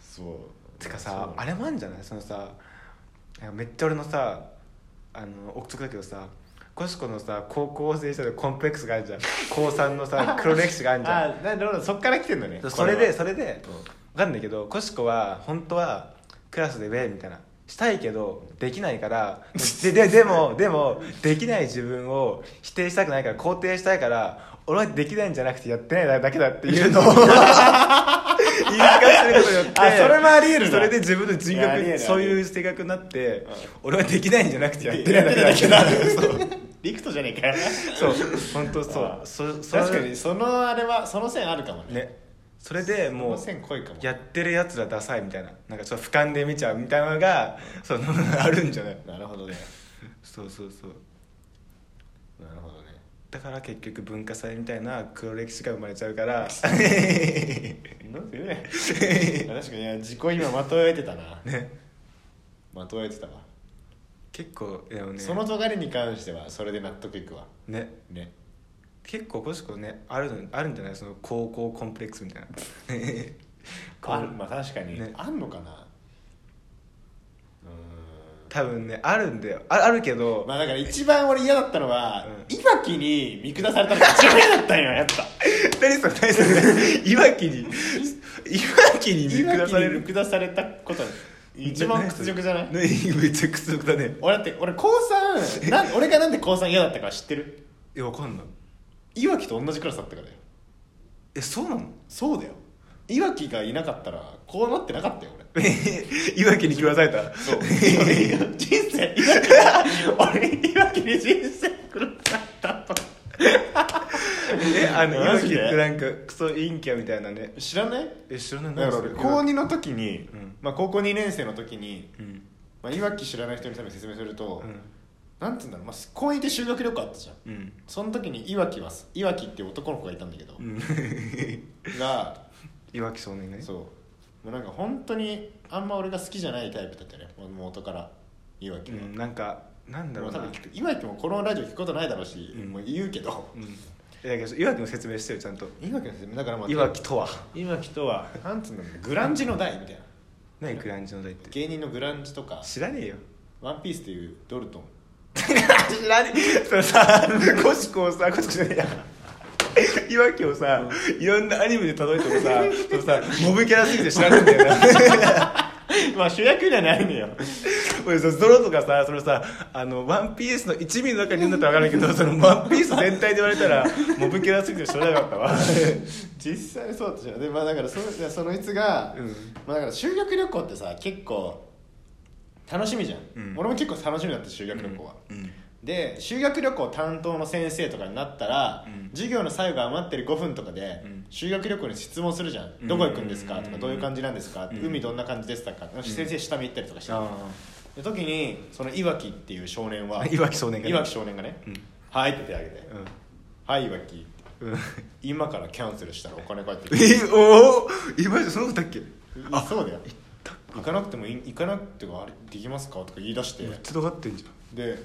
そう
てか
そう
さ
ね
あれもあんじゃないそのさなんかめっちゃ俺のさあの憶測だけどさコシコのさ高校生時代のコンプレックスがあるじゃん高3のさ黒歴史があるじ ゃん
あーなるほどそっから来てんのね
そうそれでそ
れ
れで分かんないけどコシコは本当はクラスでウェイみたいなしたいけどできないからでででもでもできない自分を否定したくないから肯定したいから俺はできないんじゃなくてやってないだけだっていう のを言い聞かせることによって
あそれもあり得るな
それで自分の人
いやあり
格
得るあり得る
そういう性格になって
うん
俺はできないんじゃなくてや
や
っ
って
て
な
ないい
だ
だ
け
け
だ
だ
そうリクトじゃねえかよ
そう本当そ
あ
う
ー
そそれ
確かにそのあれはその線あるかもね
ねそれでもう
その線濃いかも
やってるやつらダサいみたいななんかちょっと俯瞰で見ちゃうみたいなのがそのあるんじゃない
なるほどね
そうそうそう
なるほどね
だから結局文化祭みたいな黒歴史が生まれちゃうから
なんで ね確かにいや自己今まとえてたな
ね
まとえてたわ
結構でもね
その尖りに関してはそれで納得いくわ
ね
ね
結構コシコねあるのあるんじゃないその高校コンプレックスみ たいなこう
あるまあ確かに、
ね
あんのかなうーん
多分ねあるんだよああるけど、
ま
まあだから一番俺嫌だったのは、いわきに見下されたのが一番嫌だったんよやっぱ
何それ何それいわき にいわきに見
いわ
下
き
され
に
る
見下されたこと一番屈辱じゃない
ねめっちゃ屈辱だね
俺だって俺高3なん俺がなんで高3嫌だったか知ってる
えわかんない
いわきと同じクラスだったからよ
えそう なの
そうだよいわきがいなかったらこうなってなかったよ俺
いわきに下された
そう人生いわきが 俺いわきに人生狂ったと
えあのいわ
マ
きっ
ジで
てなんかクソ陰キャみたいなね
知らない
え知らない
だから俺高
に
2の時に、
うん
まあ、高校2年生の時に、
うん
まあ、いわき知らない人に多分説明すると、
うん
なんて言うんだろう、まあ、高2で修学旅行あったじゃん
うん
その時にいわきはすいわきっていう男の子がいたんだけど、
うん
が
いわき少年ね
そうもうなんか本当にあんま俺が好きじゃないタイプだったよねもう元からいわき
う
は、
んなんかなんだ
も
ろ
う
う
多
な
分いわきもこのラジオ聞くことないだろうし、
うん
もう言うけど
うんえだけどいわきの説明してよちゃんと
いわきの説明だからまあ
いわきとは
今人は
なんつうんだろうグランジの代みたいな
何グランジの代って
芸人のグランジとか
知らねえよ
ワンピースっていうドルトン
知らねえそれさコシコをさコシコじゃねえやいわきをさ、 いろんなアニメで例えてもさ、そのさ、モブキャラすぎて知らねえんだよな。
まあ主役にはないのよ
俺さゾロとかさそのさあのワンピースの一味の中にいるんだったら分かるけどそのワンピース全体で言われたらモブキャラすぎて知らなかったわ
実際そうだったじゃんでまあだからそのいやそのいつが、
うん
まあだから修学旅行ってさ結構楽しみじゃん、
うん
俺も結構楽しみだった修学旅行は、
うん
で修学旅行担当の先生とかになったら、
うん
授業の最後余ってる5分とかで、
うん
修学旅行に質問するじゃん、
うん
どこ行くんですかと
う
か
ん
どういう感じなんですか、
うん
海どんな感じですか先生下見行ったりとかして、
あ
で時にそのいわきっていう少年は
あいわき少年がね
いわき少年がね「
うん
はい」って手挙げて「はいいわき」
うん、うん、
今からキャンセルしたらお金返ってくる
えおお今じゃそのことだっけ
あそうだよ行かなくてもいい行かなくてもあれできますかとか言い出して
めっちゃ尖ってんじ
で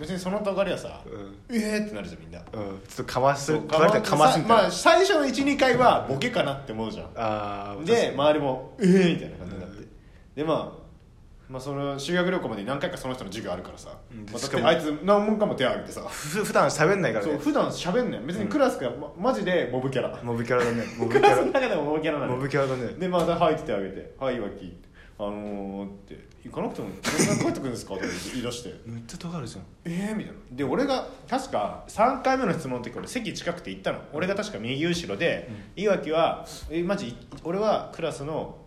別にそのたがりはさ、
う
えーってなるじゃんみんな
ゃんうんちょっとかま
そ
す
う
かまれたらかますみたいな、
まあ、最初の12回はボケかなって思うじゃん
あー
で周りも「えー」みたいな感じになって、
うん
でまあまあ、その修学旅行まで何回かその人の授業あるからさ、
うんで
まあ、だ
し
っ
か
て
も
あいつ何もかも手挙げてさ、
ふ普段喋んないから
そう
ね
普段喋んない別にクラスが、ま、マジでモブ キャラ
モブキャラだねモブキ
ク
ャ
ラスの
ラ
中でもモブキャラなの
モ
よ
ブキャラだね
でまた入ってあげて「はい脇」あのー、って「行かなくてもそんなに帰ってくるんですか?」とか言い出して
めっちゃ尖るじゃん
「えー」みたいなで俺が確か3回目の質問の時俺席近くて行ったの俺が確か右後ろで、いわきはえマジ俺はクラスの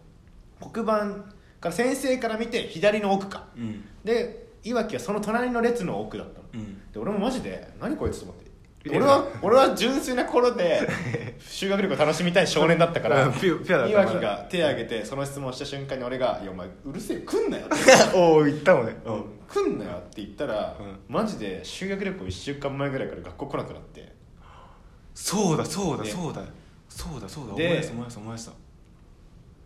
黒板から先生から見て左の奥か
うん
でいわきはその隣の列の奥だったの、
うん
で俺もマジで「何こいつ」と思って
え
俺は俺は純粋な心 で修学旅行楽しみたい少年だったから
うんピュピュアだった
いわきが手を挙げてその質問した瞬間に俺が「いやお前うるせえ来んなよ」 って
おお言ったもんねう
うん来んなよ」って言ったら、
うん
マジで修学旅行1週間前ぐらいから学校来なくなって
そうだそうだ
ね
そうだそうだそうだ思い
で
出した思い出した思い出した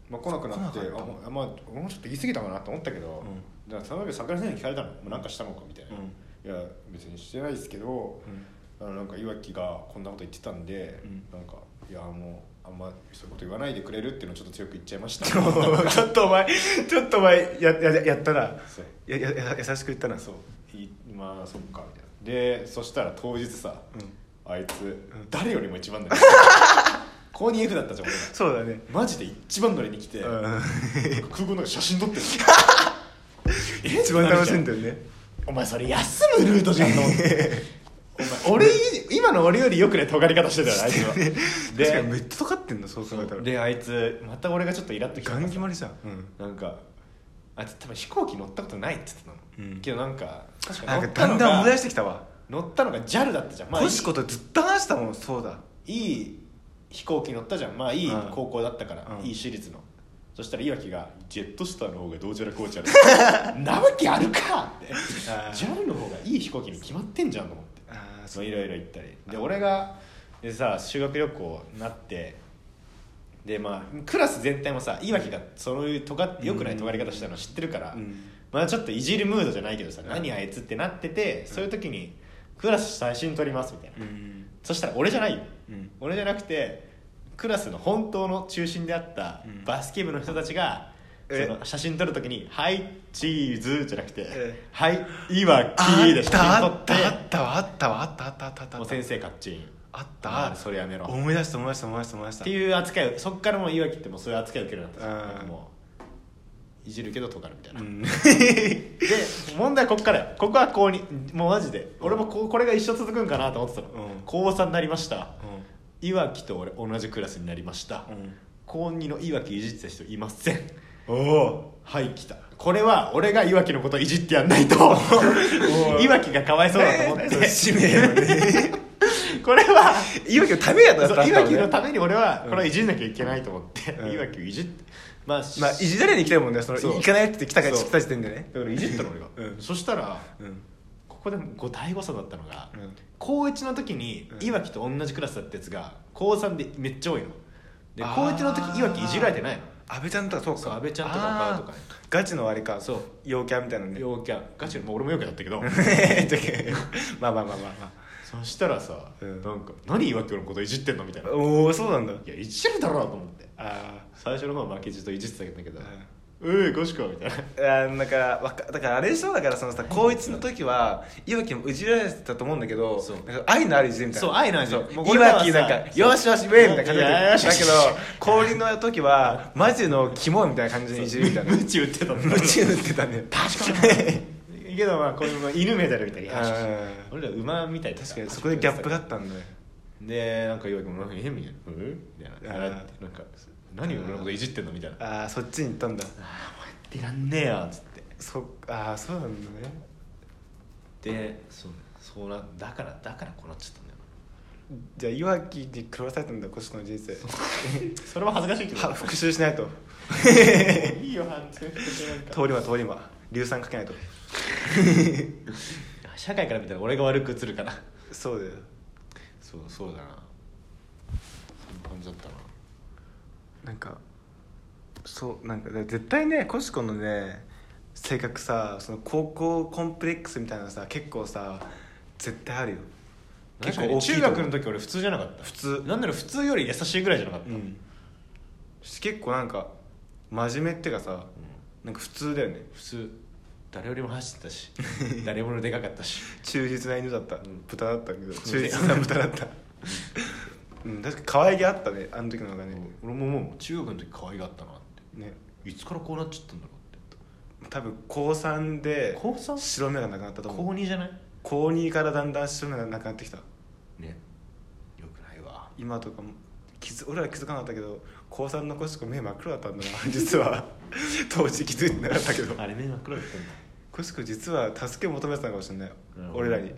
まあ、来なくなって
来なかった
あもうあまあ俺もちょっと言い過ぎたかなと思ったけど、
う
だからその時桜井先生に聞かれたの「もうなんかしたのか?」みたいな「いや別にしてないですけど、あのなんかいわきがこんなこと言ってたんで、
う
なんかいやもうあんまそういうこと言わないでくれるっていうのをちょっと強く言っちゃいました
ちょっとお前ちょっとお前やややったな
そう
ややや優しく言ったな
そういまあそっかみたいなでそしたら当日さ、あいつ、誰よりも一番乗り 高 2F だったじゃん俺ら
そうだね
マジで一番乗りに来て、
うん
空港の中写真撮ってるえ
一番楽しんだよね
お前それ休むルートじゃんと思ってお前俺今の俺よりよくね尖り方してたよねあいつは
確 かにめっちゃ尖ってんのそう考えた
そう
ら
であいつまた俺がちょっとイラっときた
ガ
の
ン
が
決まりじゃん
なんかあいつ多分飛行機乗ったことないって言ってたの、
うん
けどなんか確か
な
に
んか
乗った
だ
の
んだん
が
思い出してきたわ
乗ったのが JAL だったじゃんまあい
コ
い
シコとずっと話したもんそうだ
いい飛行機乗ったじゃんまあいい
うん
高校だったから、
うん
いい私立のそしたらいわきが「ジェットスターの方がどうちゃらこうちゃら」 「なわけあるか!」って
あー
JAL の方がいい飛行機に決まってんじゃんと思って
ああ
そういろいろ行ったりで俺がでさ修学旅行になってでまあクラス全体もさいわきがそういうとがよくない尖り方したの知ってるから、
うん
まあちょっといじるムードじゃないけどさ、
ん
何あいつってなってて、そういう時にクラス写真撮りますみたいな、
うん
そしたら俺じゃないよ、
うん
俺じゃなくてクラスの本当の中心であった
うん
バスケ部の人たちが
そ
え
の写真撮るときに「はいチーズ」じゃなくて
え
「はいいわき」で写真撮って
たわあったわあったあったあったあった
もう先生かっちん
あった
ああそれやめろっ
思い出した思い出した思い出した思い出した
ていう扱いをそっからもういわきってもうそういう扱いを受けるようになったんです
うん
よもういじるけどとかるみたいな、
う
で
ん
問題はこっからよここは高2もうマジで俺もこうこれが一生続くんかなと思ってたの、
うん
高3になりました
う
いわきと俺同じクラスになりまし
ん
た、
うん
高2のいわきいじってた人いません
おお
はい来たこれは俺がいわきのこといじってやんないといわきがかわい そうだと思って、
使命を ね
これは
言い訳のためやった
そ
ら
ういわきの
た
ために俺は
うん
これはいじんなきゃいけないと思って、
うん
いわきをいじってまあ、
まあいじられに来たもんねその
そう
行かないって来たから
そう
来た時点でね
だからいじったの俺が、
うん
そしたら
うん
ここでも5対誤差だったのが、
うん
高1の時に
うん
いわきと同じクラスだったやつが高3でめっちゃ多いので
あー
高1の時いわきいじられてないの
安倍ちゃんとかそう
そう
か
安倍ちゃんとかバーとかね
あーガチのあれか
そう
陽キャみたいなね
陽キャガチの、まあ、俺も陽キャだったけ ど
まあまあまあまあま
そしたらさ、
うん
なんか「何いわきのこといじってんの?」みたいな
あ
「い
おおそうなんだ
やいじるだろ」と思って
あ
最初の方は負けじといじってたんだけど
ー
「うえゴシコ」みたいな
うんあーだからわかだからあれでしょだからそのさ高一の時はいわきもいじられてたと思うんだけど
そう
なんか愛のあるいじりみたいな
そう愛のあるいじり
そう
もう
い
俺らは
わ
さ
きなんかよしよしウェイみたいな感じ
いや
だ
よ
け
し
ど
よ
だ
し
けど氷の時はマジの肝みたいな感じでいじるみたいな
ムチ打って たんだ
夢中打ってたね
確 かにけどまあこれも犬メダルみたいに
うん
俺ら馬みたいな
確かにそこでギャップがあったんだよ
でなんか岩井君も「えみたいな「うん?」みたいな
あ
な
ー
んか「何俺のこといじってんの?」みたいな「あ
ああそっちに行ったんだ
あお前ってらんねえよ」っつって
そっああそうなんだね
でそうそうなだからだからこうなっちゃったんだよ
じゃあいわきに狂わされたんだコシコの人生
なそれは恥ずかしいけ
は復讐しないと
どいいよ反省してなん
通り魔通り魔硫酸かけないと
社会から見たら俺が悪く映るから
そうだよ
そうそうだなそんな感じだったな
なんかそうなんかだから絶対ねコシコのね性格さその高校コンプレックスみたいなのさ結構さ絶対あるよ
結
結
構
構大きい
中
と
学の時俺普通じゃなかった
普通
なんなら普通より優しいぐらいじゃなかった、
う
うん
ん結構なんか真面目ってかさなんか普通だよね
普通誰よりも走ってた し誰よりもでかかったし
忠実な犬だった、
ん
豚だったけど忠実な豚だ ったうん確かに可愛げあったねあの時の方がね、
俺ももう中学の時可愛かったなっ
ね
ていつからこうなっちゃったんだろ
多分高3で
高三
白目がなくなったと
うって
思
高
う
2じゃない
高2からだんだん白目がなくなってきた
ねよくないわ
今とかも気づ俺ら気づかなかったけど高3の子しか目真っ黒だったんだな 実 は当時気づいてなかったけど
あれ目真っ黒だったんだ
コシコ実は助け求めてたのかもしれない
なるほど
俺らに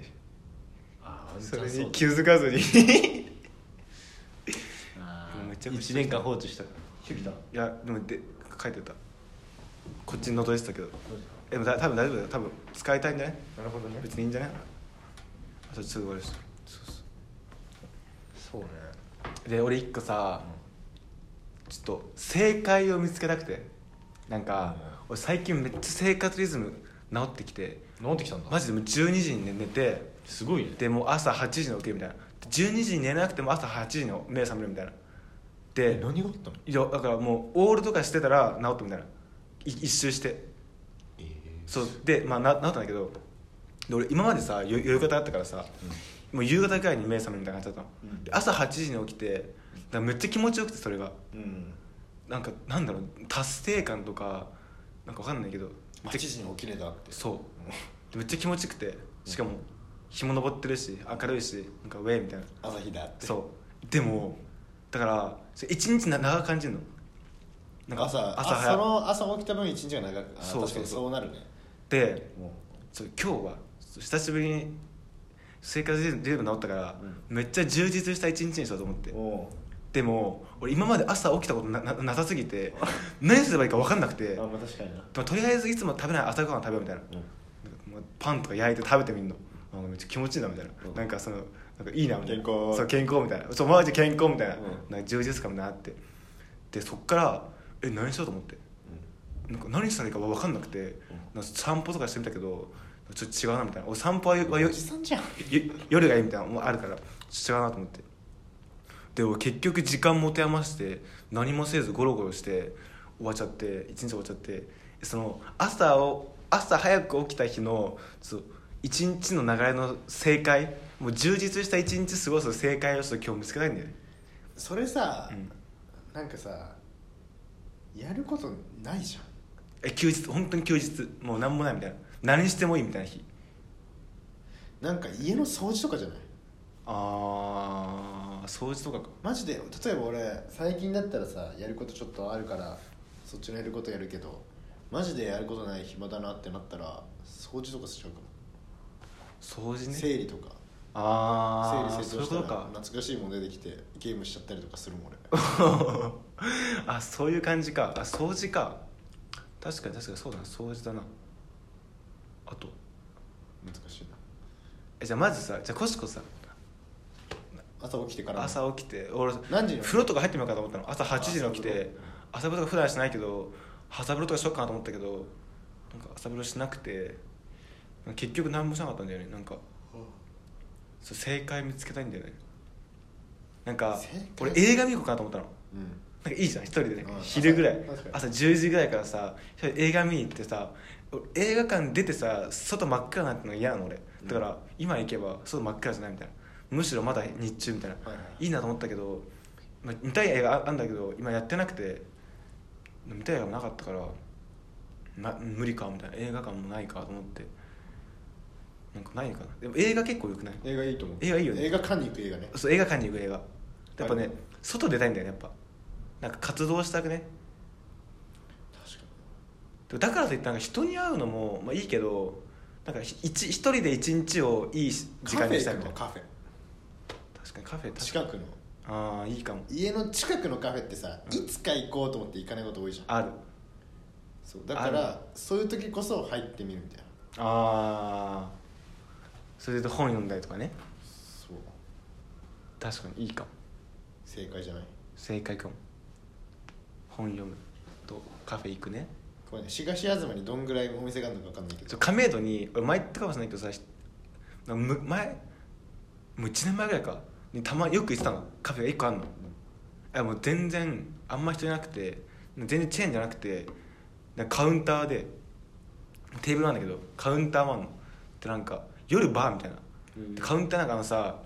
ああ
それ
そう
に気づかずに い
あ
めっちゃくちゃ
1年間放置したヒュキた
やでもで書いてたこっちに覗いてたけどでもだ多分大丈夫だよ多分使いたいんじゃない
なるほどね
別にいいんじゃないあそれすぐ終わりしたそうそう
そうね
で俺一個さ、ちょっと正解を見つけたくてなんか、俺最近めっちゃ生活リズム治ってきて
飲んできたんだ
マジでもう12時に寝て
すごいね
でもう朝8時に起きるみたいな12時に寝なくても朝8時に目覚めるみたいな
え
で
何があったの
いやだからもうオールとかしてたら治ったみたいない一周して
ええ
そうでまあな治ったんだけどで俺今までさよ夜方あったからさ、もう夕方ぐらいに目覚めるみたいな感じだったの、
うん
で朝8時に起きてだからめっちゃ気持ちよくてそれが
うん
なんかなんだろう達成感とかなんかわかんないけど
8時に起きれたって
そうでめっちゃ気持ちよくてしかも日も昇ってるし明るいしなんかウェイみたいな
朝日だって
そうでもだからそれ一日な長く感じるのなんか
朝
朝
あ
早
そ
く
の朝起きた分一日が長くあ
そうそうそう
確かにそうなるね
で
も
そう今日はそう久しぶりに生活リズム治ったから、めっちゃ充実した一日にしようと思って
うも
でも俺今まで朝起きたことなななさすぎて何すればいいか分かんなくて
うあまあ確かにな
でもとりあえずいつも食べない朝ごはん食べようみたいな,、なんかパンとか焼いて食べてみんのなんかめっちゃ気持ちいいなみたいな、
うん
なんかそのなんかいいなみたいな
健康
そう健康みたいなそうマジ健康みたいな,、
うん
なんか充実感もなってでそっからえ何しようと思って、なんか何したらいいか分かんなくて、なんか散歩とかしてみたけどちょっと違うなみたいな俺散歩はよはよ
さんじゃん
よ夜がいいみたいなのもあるからちょっと違うなと思ってで俺結局時間持て余して何もせずゴロゴロして終わっちゃって一日終わっちゃってその朝を朝早く起きた日のそう一日の流れの正解もう充実した一日過ごす正解をちょっと今日見つけたいんだよね、
それさ、
うん
なんかさやることないじゃん
え休日本当に休日もう何もないみたいな何してもいいみたいな日
なんか家の掃除とかじゃない
ああ掃除とかか
マジで例えば俺最近だったらさやることちょっとあるからそっちのやることやるけどマジでやることない暇だなってなったら掃除とかしちゃうかも、
掃除ね
整理とか整
あ
理
あ
整頓し
そういうこ
た
と
ら
か
懐かしいもん出てきてゲームしちゃったりとかするもん俺
あそういう感じかあ掃除か確かに確かにそうだな掃除だなあと
難しいな
えじゃあまずさじゃあコシコさ
朝起きてから
朝起きて俺
何時に起きる
風呂とか入ってみようかと思ったの朝8時に起きて朝風呂とか普段しないけど朝風呂とかしようかなと思ったけどなんか朝風呂しなくて結局何もしなかったんだよねなんかそう正解見つけたいんだよねなんか
正解
俺映画見ようかなと思ったの
うん
なんかいいじゃん一人でね
うん
昼ぐらい
確かに
朝10時ぐらいからさ一人で映画見に行ってさ俺映画館出てさ外真っ暗になってのが嫌なの俺だから、今行けば外真っ暗じゃないみたいなむしろまだ日中みたいな、
はいはい
い、いなと思ったけど、まあ、見たい映画ああんだけど今やってなくて見たい映画もなかったから、ま、無理かみたいな映画館もないかと思ってなんかないかなでも映画結構よくない
映画いいと思う
映画いいよね
映画館に行く映画ね
そう映画館に行く映画やっぱ
あ
ね
る
外出たいんだよねやっぱなんか活動したくね
確か
でもだからといってなんか人に会うのも、まあ、いいけどなんかひ一一人で一日をいい時
に
間にしたいみたいな
カフェ行くの
確かに
カ
カフェ
フェ
確か
近くの
ああいいかも
家の近くのカフェってさ
うん
いつか行こうと思って行かないこと多いじゃん
ある
そうだからそういう時こそ入ってみるみたいな
ああそれで本読んだりとかね
そう
確かにいいかも
正解じゃない
正解かも本読むとカフェ行くね
これね東東にどんぐらいお店があるのか分かんないけ
ちょ
ど
亀戸に俺前言ったかもしれないけどさひなんかむ前もう1年前ぐらいかにたまよく行ってたのカフェが1個あんの、あもう全然あんま人いなくて全然チェーンじゃなくてなんかカウンターでテーブルなんだけどカウンターもあんのでなんか夜バーみたいな、でカウンターなんかあのさ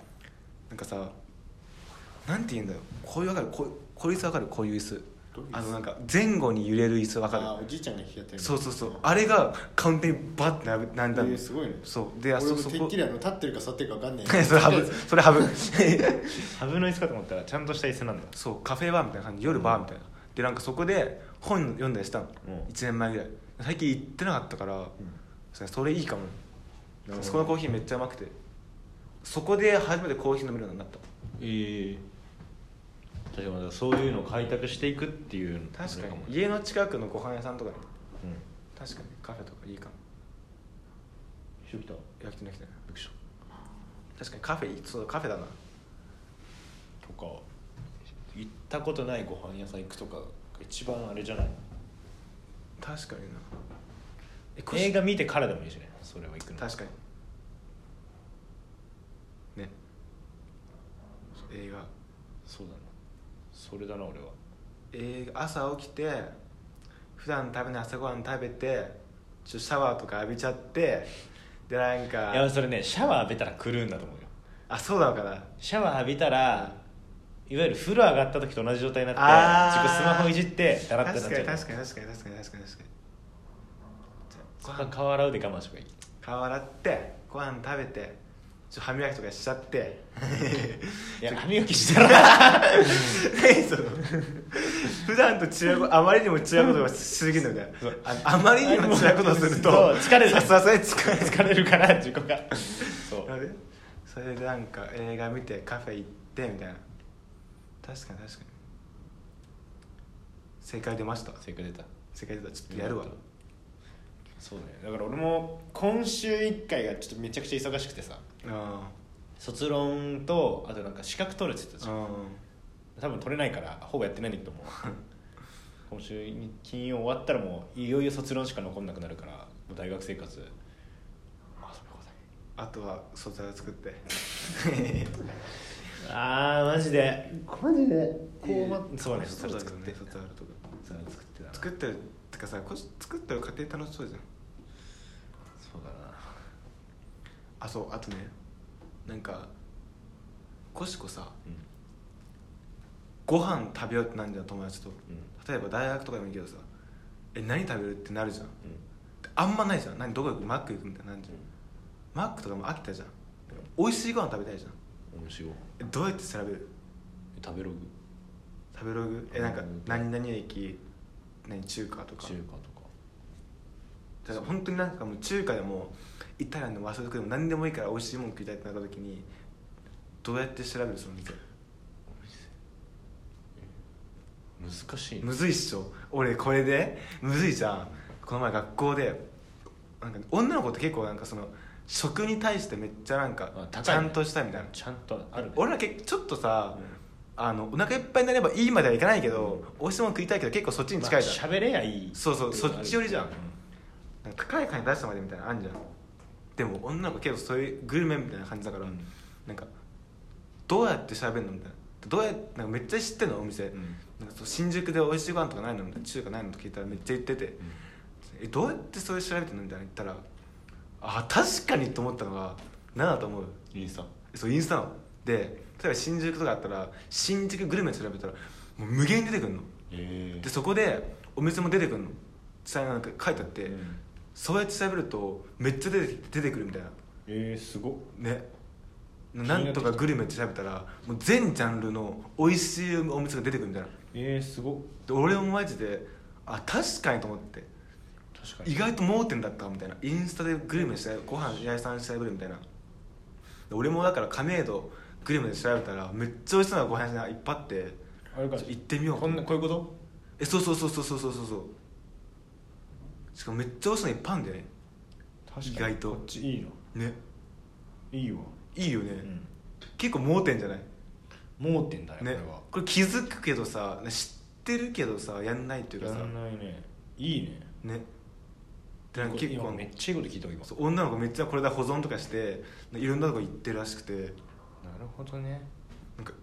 なんかさなんて言うんだよこういうわかるこうこういう椅子わかるこういう椅子
どういう椅子
あのなんか前後に揺れる椅子わかる
あーおじいちゃんが弾きやってる
そうそうそう
あ
あれがカウンターにバッて並べ並んだの、
えーすごいね
そうで
俺
あそ
も
そ
てっ
こ
きりあの立ってるか座ってるか分かんない
それハブそれハブ
ハブの椅子かと思ったらちゃんとした椅子なんだ
そうカフェバーみたいな感じ夜バーみたいな、でなんかそこで本読んだりしたの、
うん
1年前ぐらい最近行ってなかったから、それいいかも
なるほど
そこのコーヒーめっちゃうまくてそこで初めてコーヒー飲めるようになった
ええ確かにまだそういうのを開拓していくっていうのもある
確かに
もね
家の近くのご飯屋さんとかね
うん
確かにカフェとかいいかも
一緒来たび
焼き鳥の来たね
っくりし
確かにカフェいいそうだカフェだな
たとか行ったことないご飯屋さん行くとかが一番あれじゃない
確かになえこれ
映画見てからでもいいしねそれは行くの
確かにね映画
そうだなそれだな俺は
映画朝起きて普段食べない朝ごはん食べてちょシャワーとか浴びちゃってでなん
いや
か
それねシャワー浴びたら狂うんだと思うよ
あそうなのかな
シャワー浴びたらいわゆる風呂上がった時と同じ状態になって
あー
自己スマホいじってだらって
確
な
か
っちゃ
に
う
確かに確かに確かに確かに確かにじ
そ
ゃあご
こ
飯
は顔洗うで我慢しとけばいい
顔洗ってご飯食べてちょ歯磨きとかしちゃって
いや歯磨きしたら
えその普段と違うあまりにも違うことがしすぎるので
そう
ああまりにも違うことをすると
そう疲れる
さすがに疲れる
疲れるから自己がそう
あれそれでなんか映画見てカフェ行ってみたいな確かに確かに正解出ました
正解出た
正解出たちょっとやるわ
そうだよ
だから俺も今週一回がちょっと
めちゃくちゃ忙しくてさ
あ
卒論とあとなんか資格取るって言ってた
あ
じゃん多分取れないからほぼやってないんだけ ども今週に金曜終わったらもういよいよ卒論しか残んなくなるからもう大学生活あそれこ
あとは素材を作 って
そ あーマジで
マジでこうま
そうね卒論
作
作
っ
ってて
卒アルとか
卒論作ってた
作ってるってかさこ作ってる過程楽しそうじゃん
そうだな
あそうあとねなんかコシコさ
う
ご飯食べようってなんじゃん友達と
んうん
例えば大学とかでもいいけどさえ何食べるってなるじゃん
うん
あんまないじゃん何どこ行くマック行くみたいななんじゃんマックとかも飽きたじゃん美味しいご飯食べたいじゃん
面白い
えどうやって調べる
食べログ
食べログえなんか
うん
何々駅何中華とか
中華とか
だから本当になんかもう中華でもイタリアンでも和食でも何でもいいから美味しいもの食いたいってなった時にどうやって調べるその店
難しいね
むずいっしょ俺これでむずいじゃんこの前学校でなんか女の子って結構なんかその食に対してめっちゃなんか
あ高いね
ちゃんとしたいみたいな
ちゃんとあるね
俺ら結構ちょっとさ
うん
あのお腹いっぱいになればいいまではいかないけど美味しいもの食いたいけど結構そっちに近いじゃん
まあ喋れやいい
そうそう
ていの
そ
はある
っち寄りじゃんなんか高い金出したまでみたいなのあんじゃんでも女の子結構そういうグルメみたいな感じだから、
うん
なんかどうやって喋るのみたいなどうやってなんかめっちゃ知ってんのお店、
ん
なんかそう新宿で美味しいご飯とかないのみたいな中華ないのと聞いたらめっちゃ言ってて、えどうやってそれ調べてんのみたいな言ったらあ確かにと思ったのが何だと思う
インスタ
そうインスタので例えば新宿とかあったら新宿グルメ調べたらもう無限に出てくるの
え
でそこでお店も出てくるの伝えなんか書いてあって、
うん
そうやって調べるとめっちゃ出て出てくるみたいな
えー、すごっ
ね
にな
な
ってきた
んとかグルメって調べたらもう全ジャンルの美味しいお店が出てくるみたいな
えー、すごっ
で俺もマジであ確かにと思って
確かに
意外と盲点だったわみたいなインスタでグルメしてご飯屋さん調べるみたいなで俺もだから亀戸グルメで調べたらめっちゃ美味しそうなご飯屋さんいっぱいあって
あれか
ちょっと行ってみよう
こんなこういうこと
えそうそうそうそうそうそうそうそうしかもめっちゃ美味しそうなのいっぱいあるんだよね
確かに
意外と
こっちいいの
ね
いいわ
いいよね、
うん
結構盲点じゃない
盲点だよ、
ね
これは
これ気づくけどさ知ってるけどさやんないっていうかさ
やんないねいいね
ねでなんか結
今
構
めっちゃいいこと聞いたわ今
そう女の子めっちゃこれで保存とかしていろんなとこ行ってるらしくて
なるほどね
なんか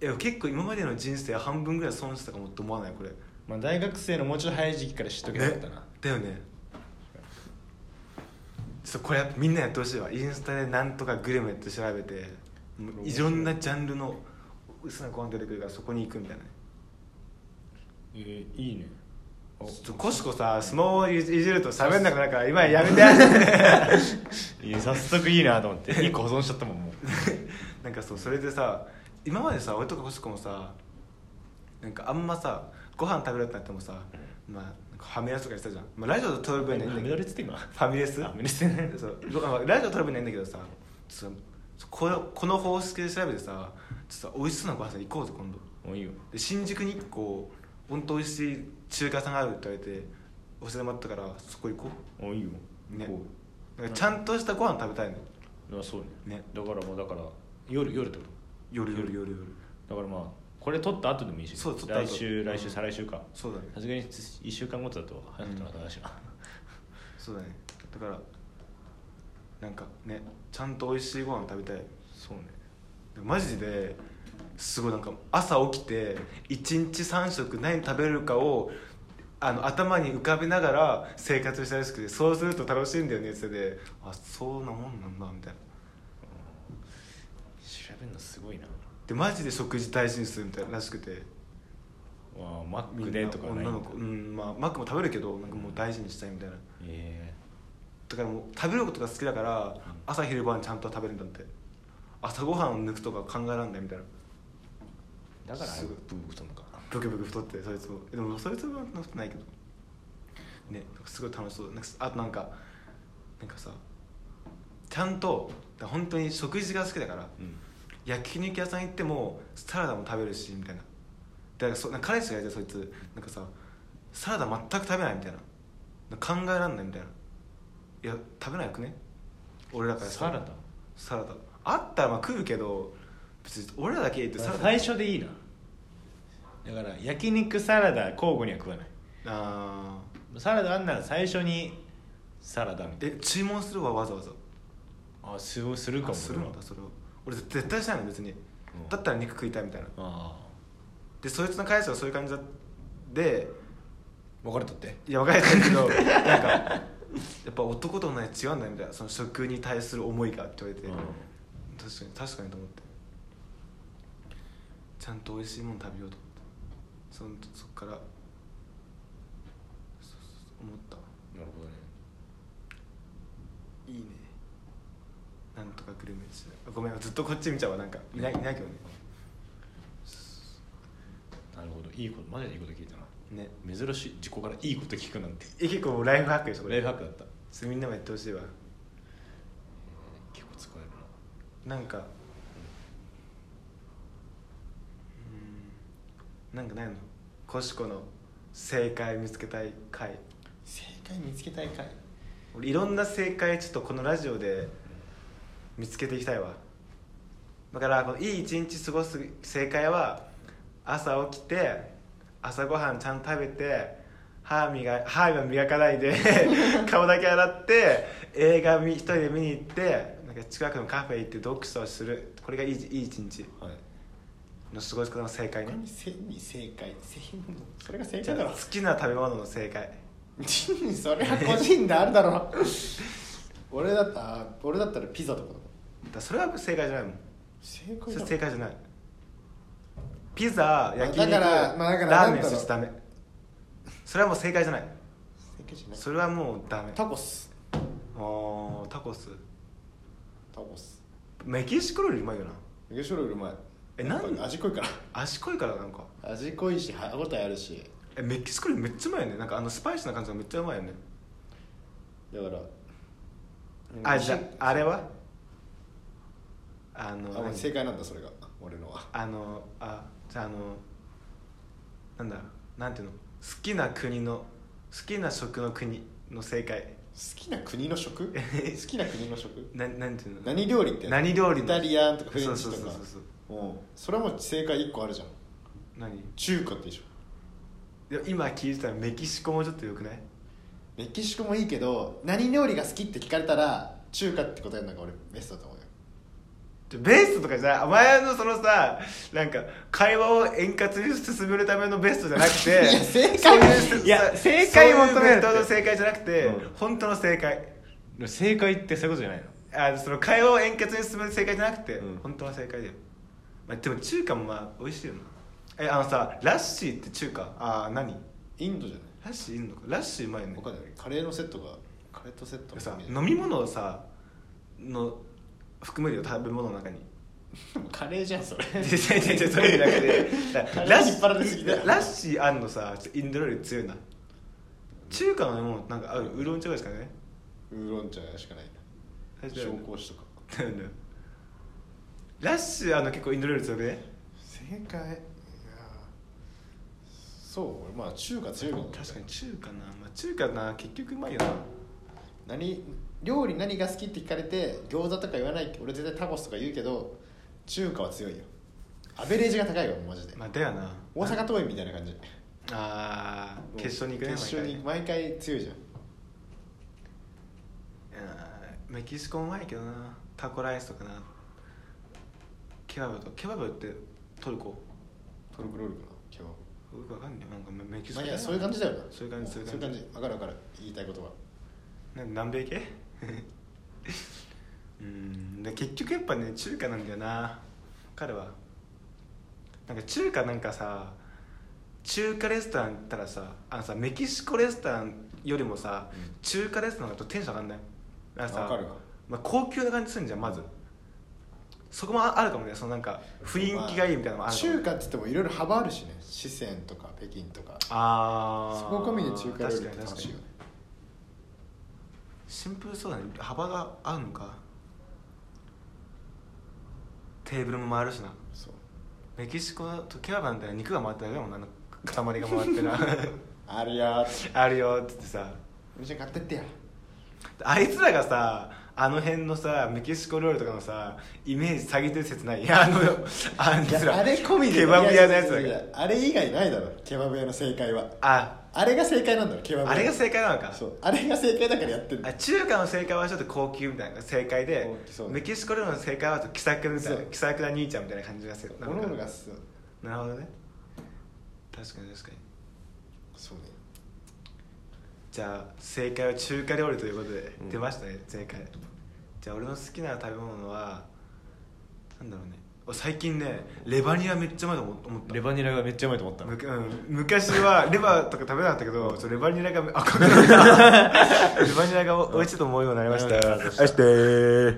いや結構今までの人生半分ぐらい損したかもって思わないこれ
まあ大学生のもうちょっと早い時期から知っとけばよかったな、
ねだよねそうこれやっぱみんなやってほしいわインスタでなんとかグルメって調べてもういろんなジャンルの薄なご飯出てくるからそこに行くみたいなね
えー、いいねお
ちょコシコさスマホをいじると喋んなくなるから今やめ て
いや早速いいな と思って1個保存しちゃったもんもう
なんかそうそれでさ今までさ俺とかコシコもさなんかあんまさご飯食べるってなってもさ、まあ、なんかファミレスとかしたじゃん、まあ、ラジオで撮る分にはいいんだけど
レスって今
ファミレス
ファミレスね
そうごまあラジオ撮る分にはいいんだけどさちょっとそこのこの方式で調べてさちょっとさ美味しそうなご飯さん行こうぜ今度
もういいよ
で新宿に1個本当美味しい中華屋さんがあるって言われて教えてもらったからそこ行こう
もういいよ
ね
こ
なんかちゃんとしたご飯食べたいの
うあそうね
ね
だからもうだから夜夜ってこ
夜夜夜夜
とだからまあこれ撮った後でもいいし
そう撮った後
来週来
う
週
ん
再来週か
そうだね
さすがに1週間後だと早くなったらしいな、
そうだねだからなんかねちゃんと美味しいご飯食べたい
そうね
マジですごいなんか朝起きて1日3食何食べるかをあの頭に浮かべながら生活したらしくてそうすると楽しいんだよねって言っててあそうなもんなんだみたいな
調べるのすごいな
でマジで食事大事にするみたいならしくて
わあマッ
みん
ク
な
でとかないん
女
だ
の子うんまあマックも食べるけどなんかもう大事にしたいみたいな
え
だからもう食べることが好きだから朝昼晩ちゃんと食べるんだって朝ごはんを抜くとか考えらんないみたいな
ー、だから
すごい
ブーブーとんのか
ブクブク太ってそいつもでもそいつも太ってないけどねなんかすごい楽しそうなんかあとなんかなんかさちゃんとだから本当に食事が好きだから
うん
焼肉屋さん行ってもサラダも食べるしみたいなだからそなんか彼氏がいてそいつなんかさサラダ全く食べないみたいななんか考えらんないみたいないや食べないよくね俺らから
サラダ
サラダあったらまあ食うけど別に俺らだけ言ってサラダ
最初でいいなだから焼肉サラダ交互には食わない
ああ
サラダあんなら最初にサラダみたい
え注文するわわざわざ
なあすごいするかも
あするんだ
俺は
それを俺絶対しないの別に、だったら肉食いたいみたいな
あ
でそいつの彼氏はそういう感じだで
別れたって
いや分かれた けど なんかやっぱ男と女に違うんだよみたいなその食に対する思いがって言われて、
うん
確かに確かにと思ってちゃんと美味しいもの食べようと思ってそのそっからそうそうそう思った
なるほどね
いいねなんとかグルメですねごめんずっとこっち見ちゃうわなんかいないいないけどね
なるほどいいことマジでいいこと聞いたな
ね
珍しい自己からいいこと聞くなんて
え結構ライフハックでしょこれ
ライフハックだった
それみんなもやってほしいわ
結構使えるな
なんかうんなんかないのコシコの正解見つけたい回
正解見つけたいかい
俺いろんな正解ちょっとこのラジオで見つけていきたいわだからこのいい一日過ごす正解は朝起きて朝ごはんちゃんと食べて歯磨い歯は磨かないで顔だけ洗って映画見一人で見に行ってなんか近くのカフェ行って読書をするこれがいいいい一日
はい
の過ごし方の正解
他
ね
にせに正解せそれが正
じゃ
解だ
あ
ろ
好きな食べ物の正解
それは個人であるだろ俺だったら俺だったらピザとかだもん
だそれは正解じゃないもん
正
そ
解
れ
だ
正解じゃないピザ焼き肉、
だからまあだから
ラーメ
なんだ
ン
ろう
そしてダメそれはもう正解じゃない
正解じゃない
それはもうダメ
タコス
あータコス
タコス
メキシコ料理うまいよな
メキシコ料理うまい
えなん
やっぱ味濃いか
味濃いからなんから
味濃いし歯応えあるし
えメキシコ料理めっちゃうまいよねなんかあのスパイシーな感じがめっちゃうまいよね
だから
あじゃああれはあの
あもう
何
正解なんだそれが俺のは
あのあじゃああのなんだなんていうの好きな国の好きな食の国の正解
好きな国の食好きな国の食
ななんていうの
何料理ってやつ
何料理の
イタリアンとかフレンチ
そ
と
う
か
そうそうそうそう
もうそれはもう正解1個あるじゃん
何い
中華でしょ
や今聞いてたらメキシコもちょっとよくない
メキシコもいいけど何料理が好きって聞かれたら中華って答えるのが俺ベストだと思うよ
ちょベストとかじゃないお前のそのさなんか会話を円滑に進めるためのベストじゃなくて
いや正解
そうう
いや
さ
正解求めるって
そういうベストの正解じゃなくて、
うん
本当の正解
でも正解ってそういうことじゃないの
あのその会話を円滑に進める正解じゃなくて、
うん
本当の正解だよ、まあ、でも中華もまあ美味しいよなえあのさラッシーって中華ああ何ラ
インドじゃない
ッシーいんのかラッシーうまいよね
他でカレーのセットがカレーとセットの
さ
イメージ
飲み物をさの含めるよ食べ物の 中に
でもカレーじゃ んそれ
違う違う違うそれだけ でだから
ラ
ラッ
ッ
シ
シー引っ張られすぎだよ
ーラッシーあんのさちょっとインド料理強いな中華の飲み物なんか合うウーロン茶ぐらいしかね
ウーロン茶しかない
大丈
紹
夫
興酒とか
だよね ラッシーあの結構インド料理強くね
正解いやそう俺まあ中華強いかもね
確かに中華な、まあ、中華な結局うまいよな
何料理何が好きって聞かれて餃子とか言わない俺絶対タコスとか言うけど中華は強いよアベレージが高いよマジで
まあだよな
大阪桐蔭みたいな感じ
あー決勝に行くね
決勝に毎回強いじゃん
毎回ねうんメキシコうまいけどなタコライスとかなケバブとかケバブってトルコ
トルクロールかな今日
よくわかんないなんかメキシコ
まあ、い
だ
や
な
そういう感じだよな
そういう感じ
そ
そうう
い
いうう
感
感
じ
じ
分かる分かる言いたいことは
な南米系 うんで結局やっぱね中華なんだよな彼はなんか中華なんかさ中華レストラン行ったらさあのさメキシコレストランよりもさ、
うん
中華レストランだとテンション上がんないなんかさ
わかるわ
まあ、高級な感じするんじゃんまずそこもああるかもねそのなんか雰囲気がいいみたいなのもあるかも
中華って言ってもいろいろ幅あるしね四川とか北京とか
ああ
そこ込みで中華料理
確か
って
に
楽
確
し
かに
いよね
シンプルそうだね幅が合うのかテーブルも回るしな
そう
メキシコとケバブなんて肉が回ってるだけだもんなあの塊が回って な
あるやーって
あるよっつってさ
お店買ってってや
あいつらがさあの辺のさメキシコ料理とかのさイメージ下げてる説 ないいやあのあい
い
つら
やあれ込みで
ケバブ屋のやつ
い
だ
い
か
い
ら
いあれ以外ないだろケバブ屋の正解は
あ
あれが正解なんだろケバブ屋
あれが正解なのか
そうあれが正解だからやってんだ
あ中華の正解はちょっと高級みたいな正解で
高級そう
メキシコ料理の正解はちょっと気さくみたいな
そう
気さくな兄ちゃんみたいな感じがする
おのおのがそう
なるほどね確かに確かに
そうね
じゃあ正解は中華料理ということで、出ましたね正解じゃあ俺の好きな食べ物はなんだろうねお最近ねレバニラめっちゃうまいと思思った
レバニラがめっちゃうまいと思ったの
むかうん、昔はレバーとか食べなかったけどそうレバニラが赤くなったレバニラがお美味しいと思うようになりました
うん
愛してー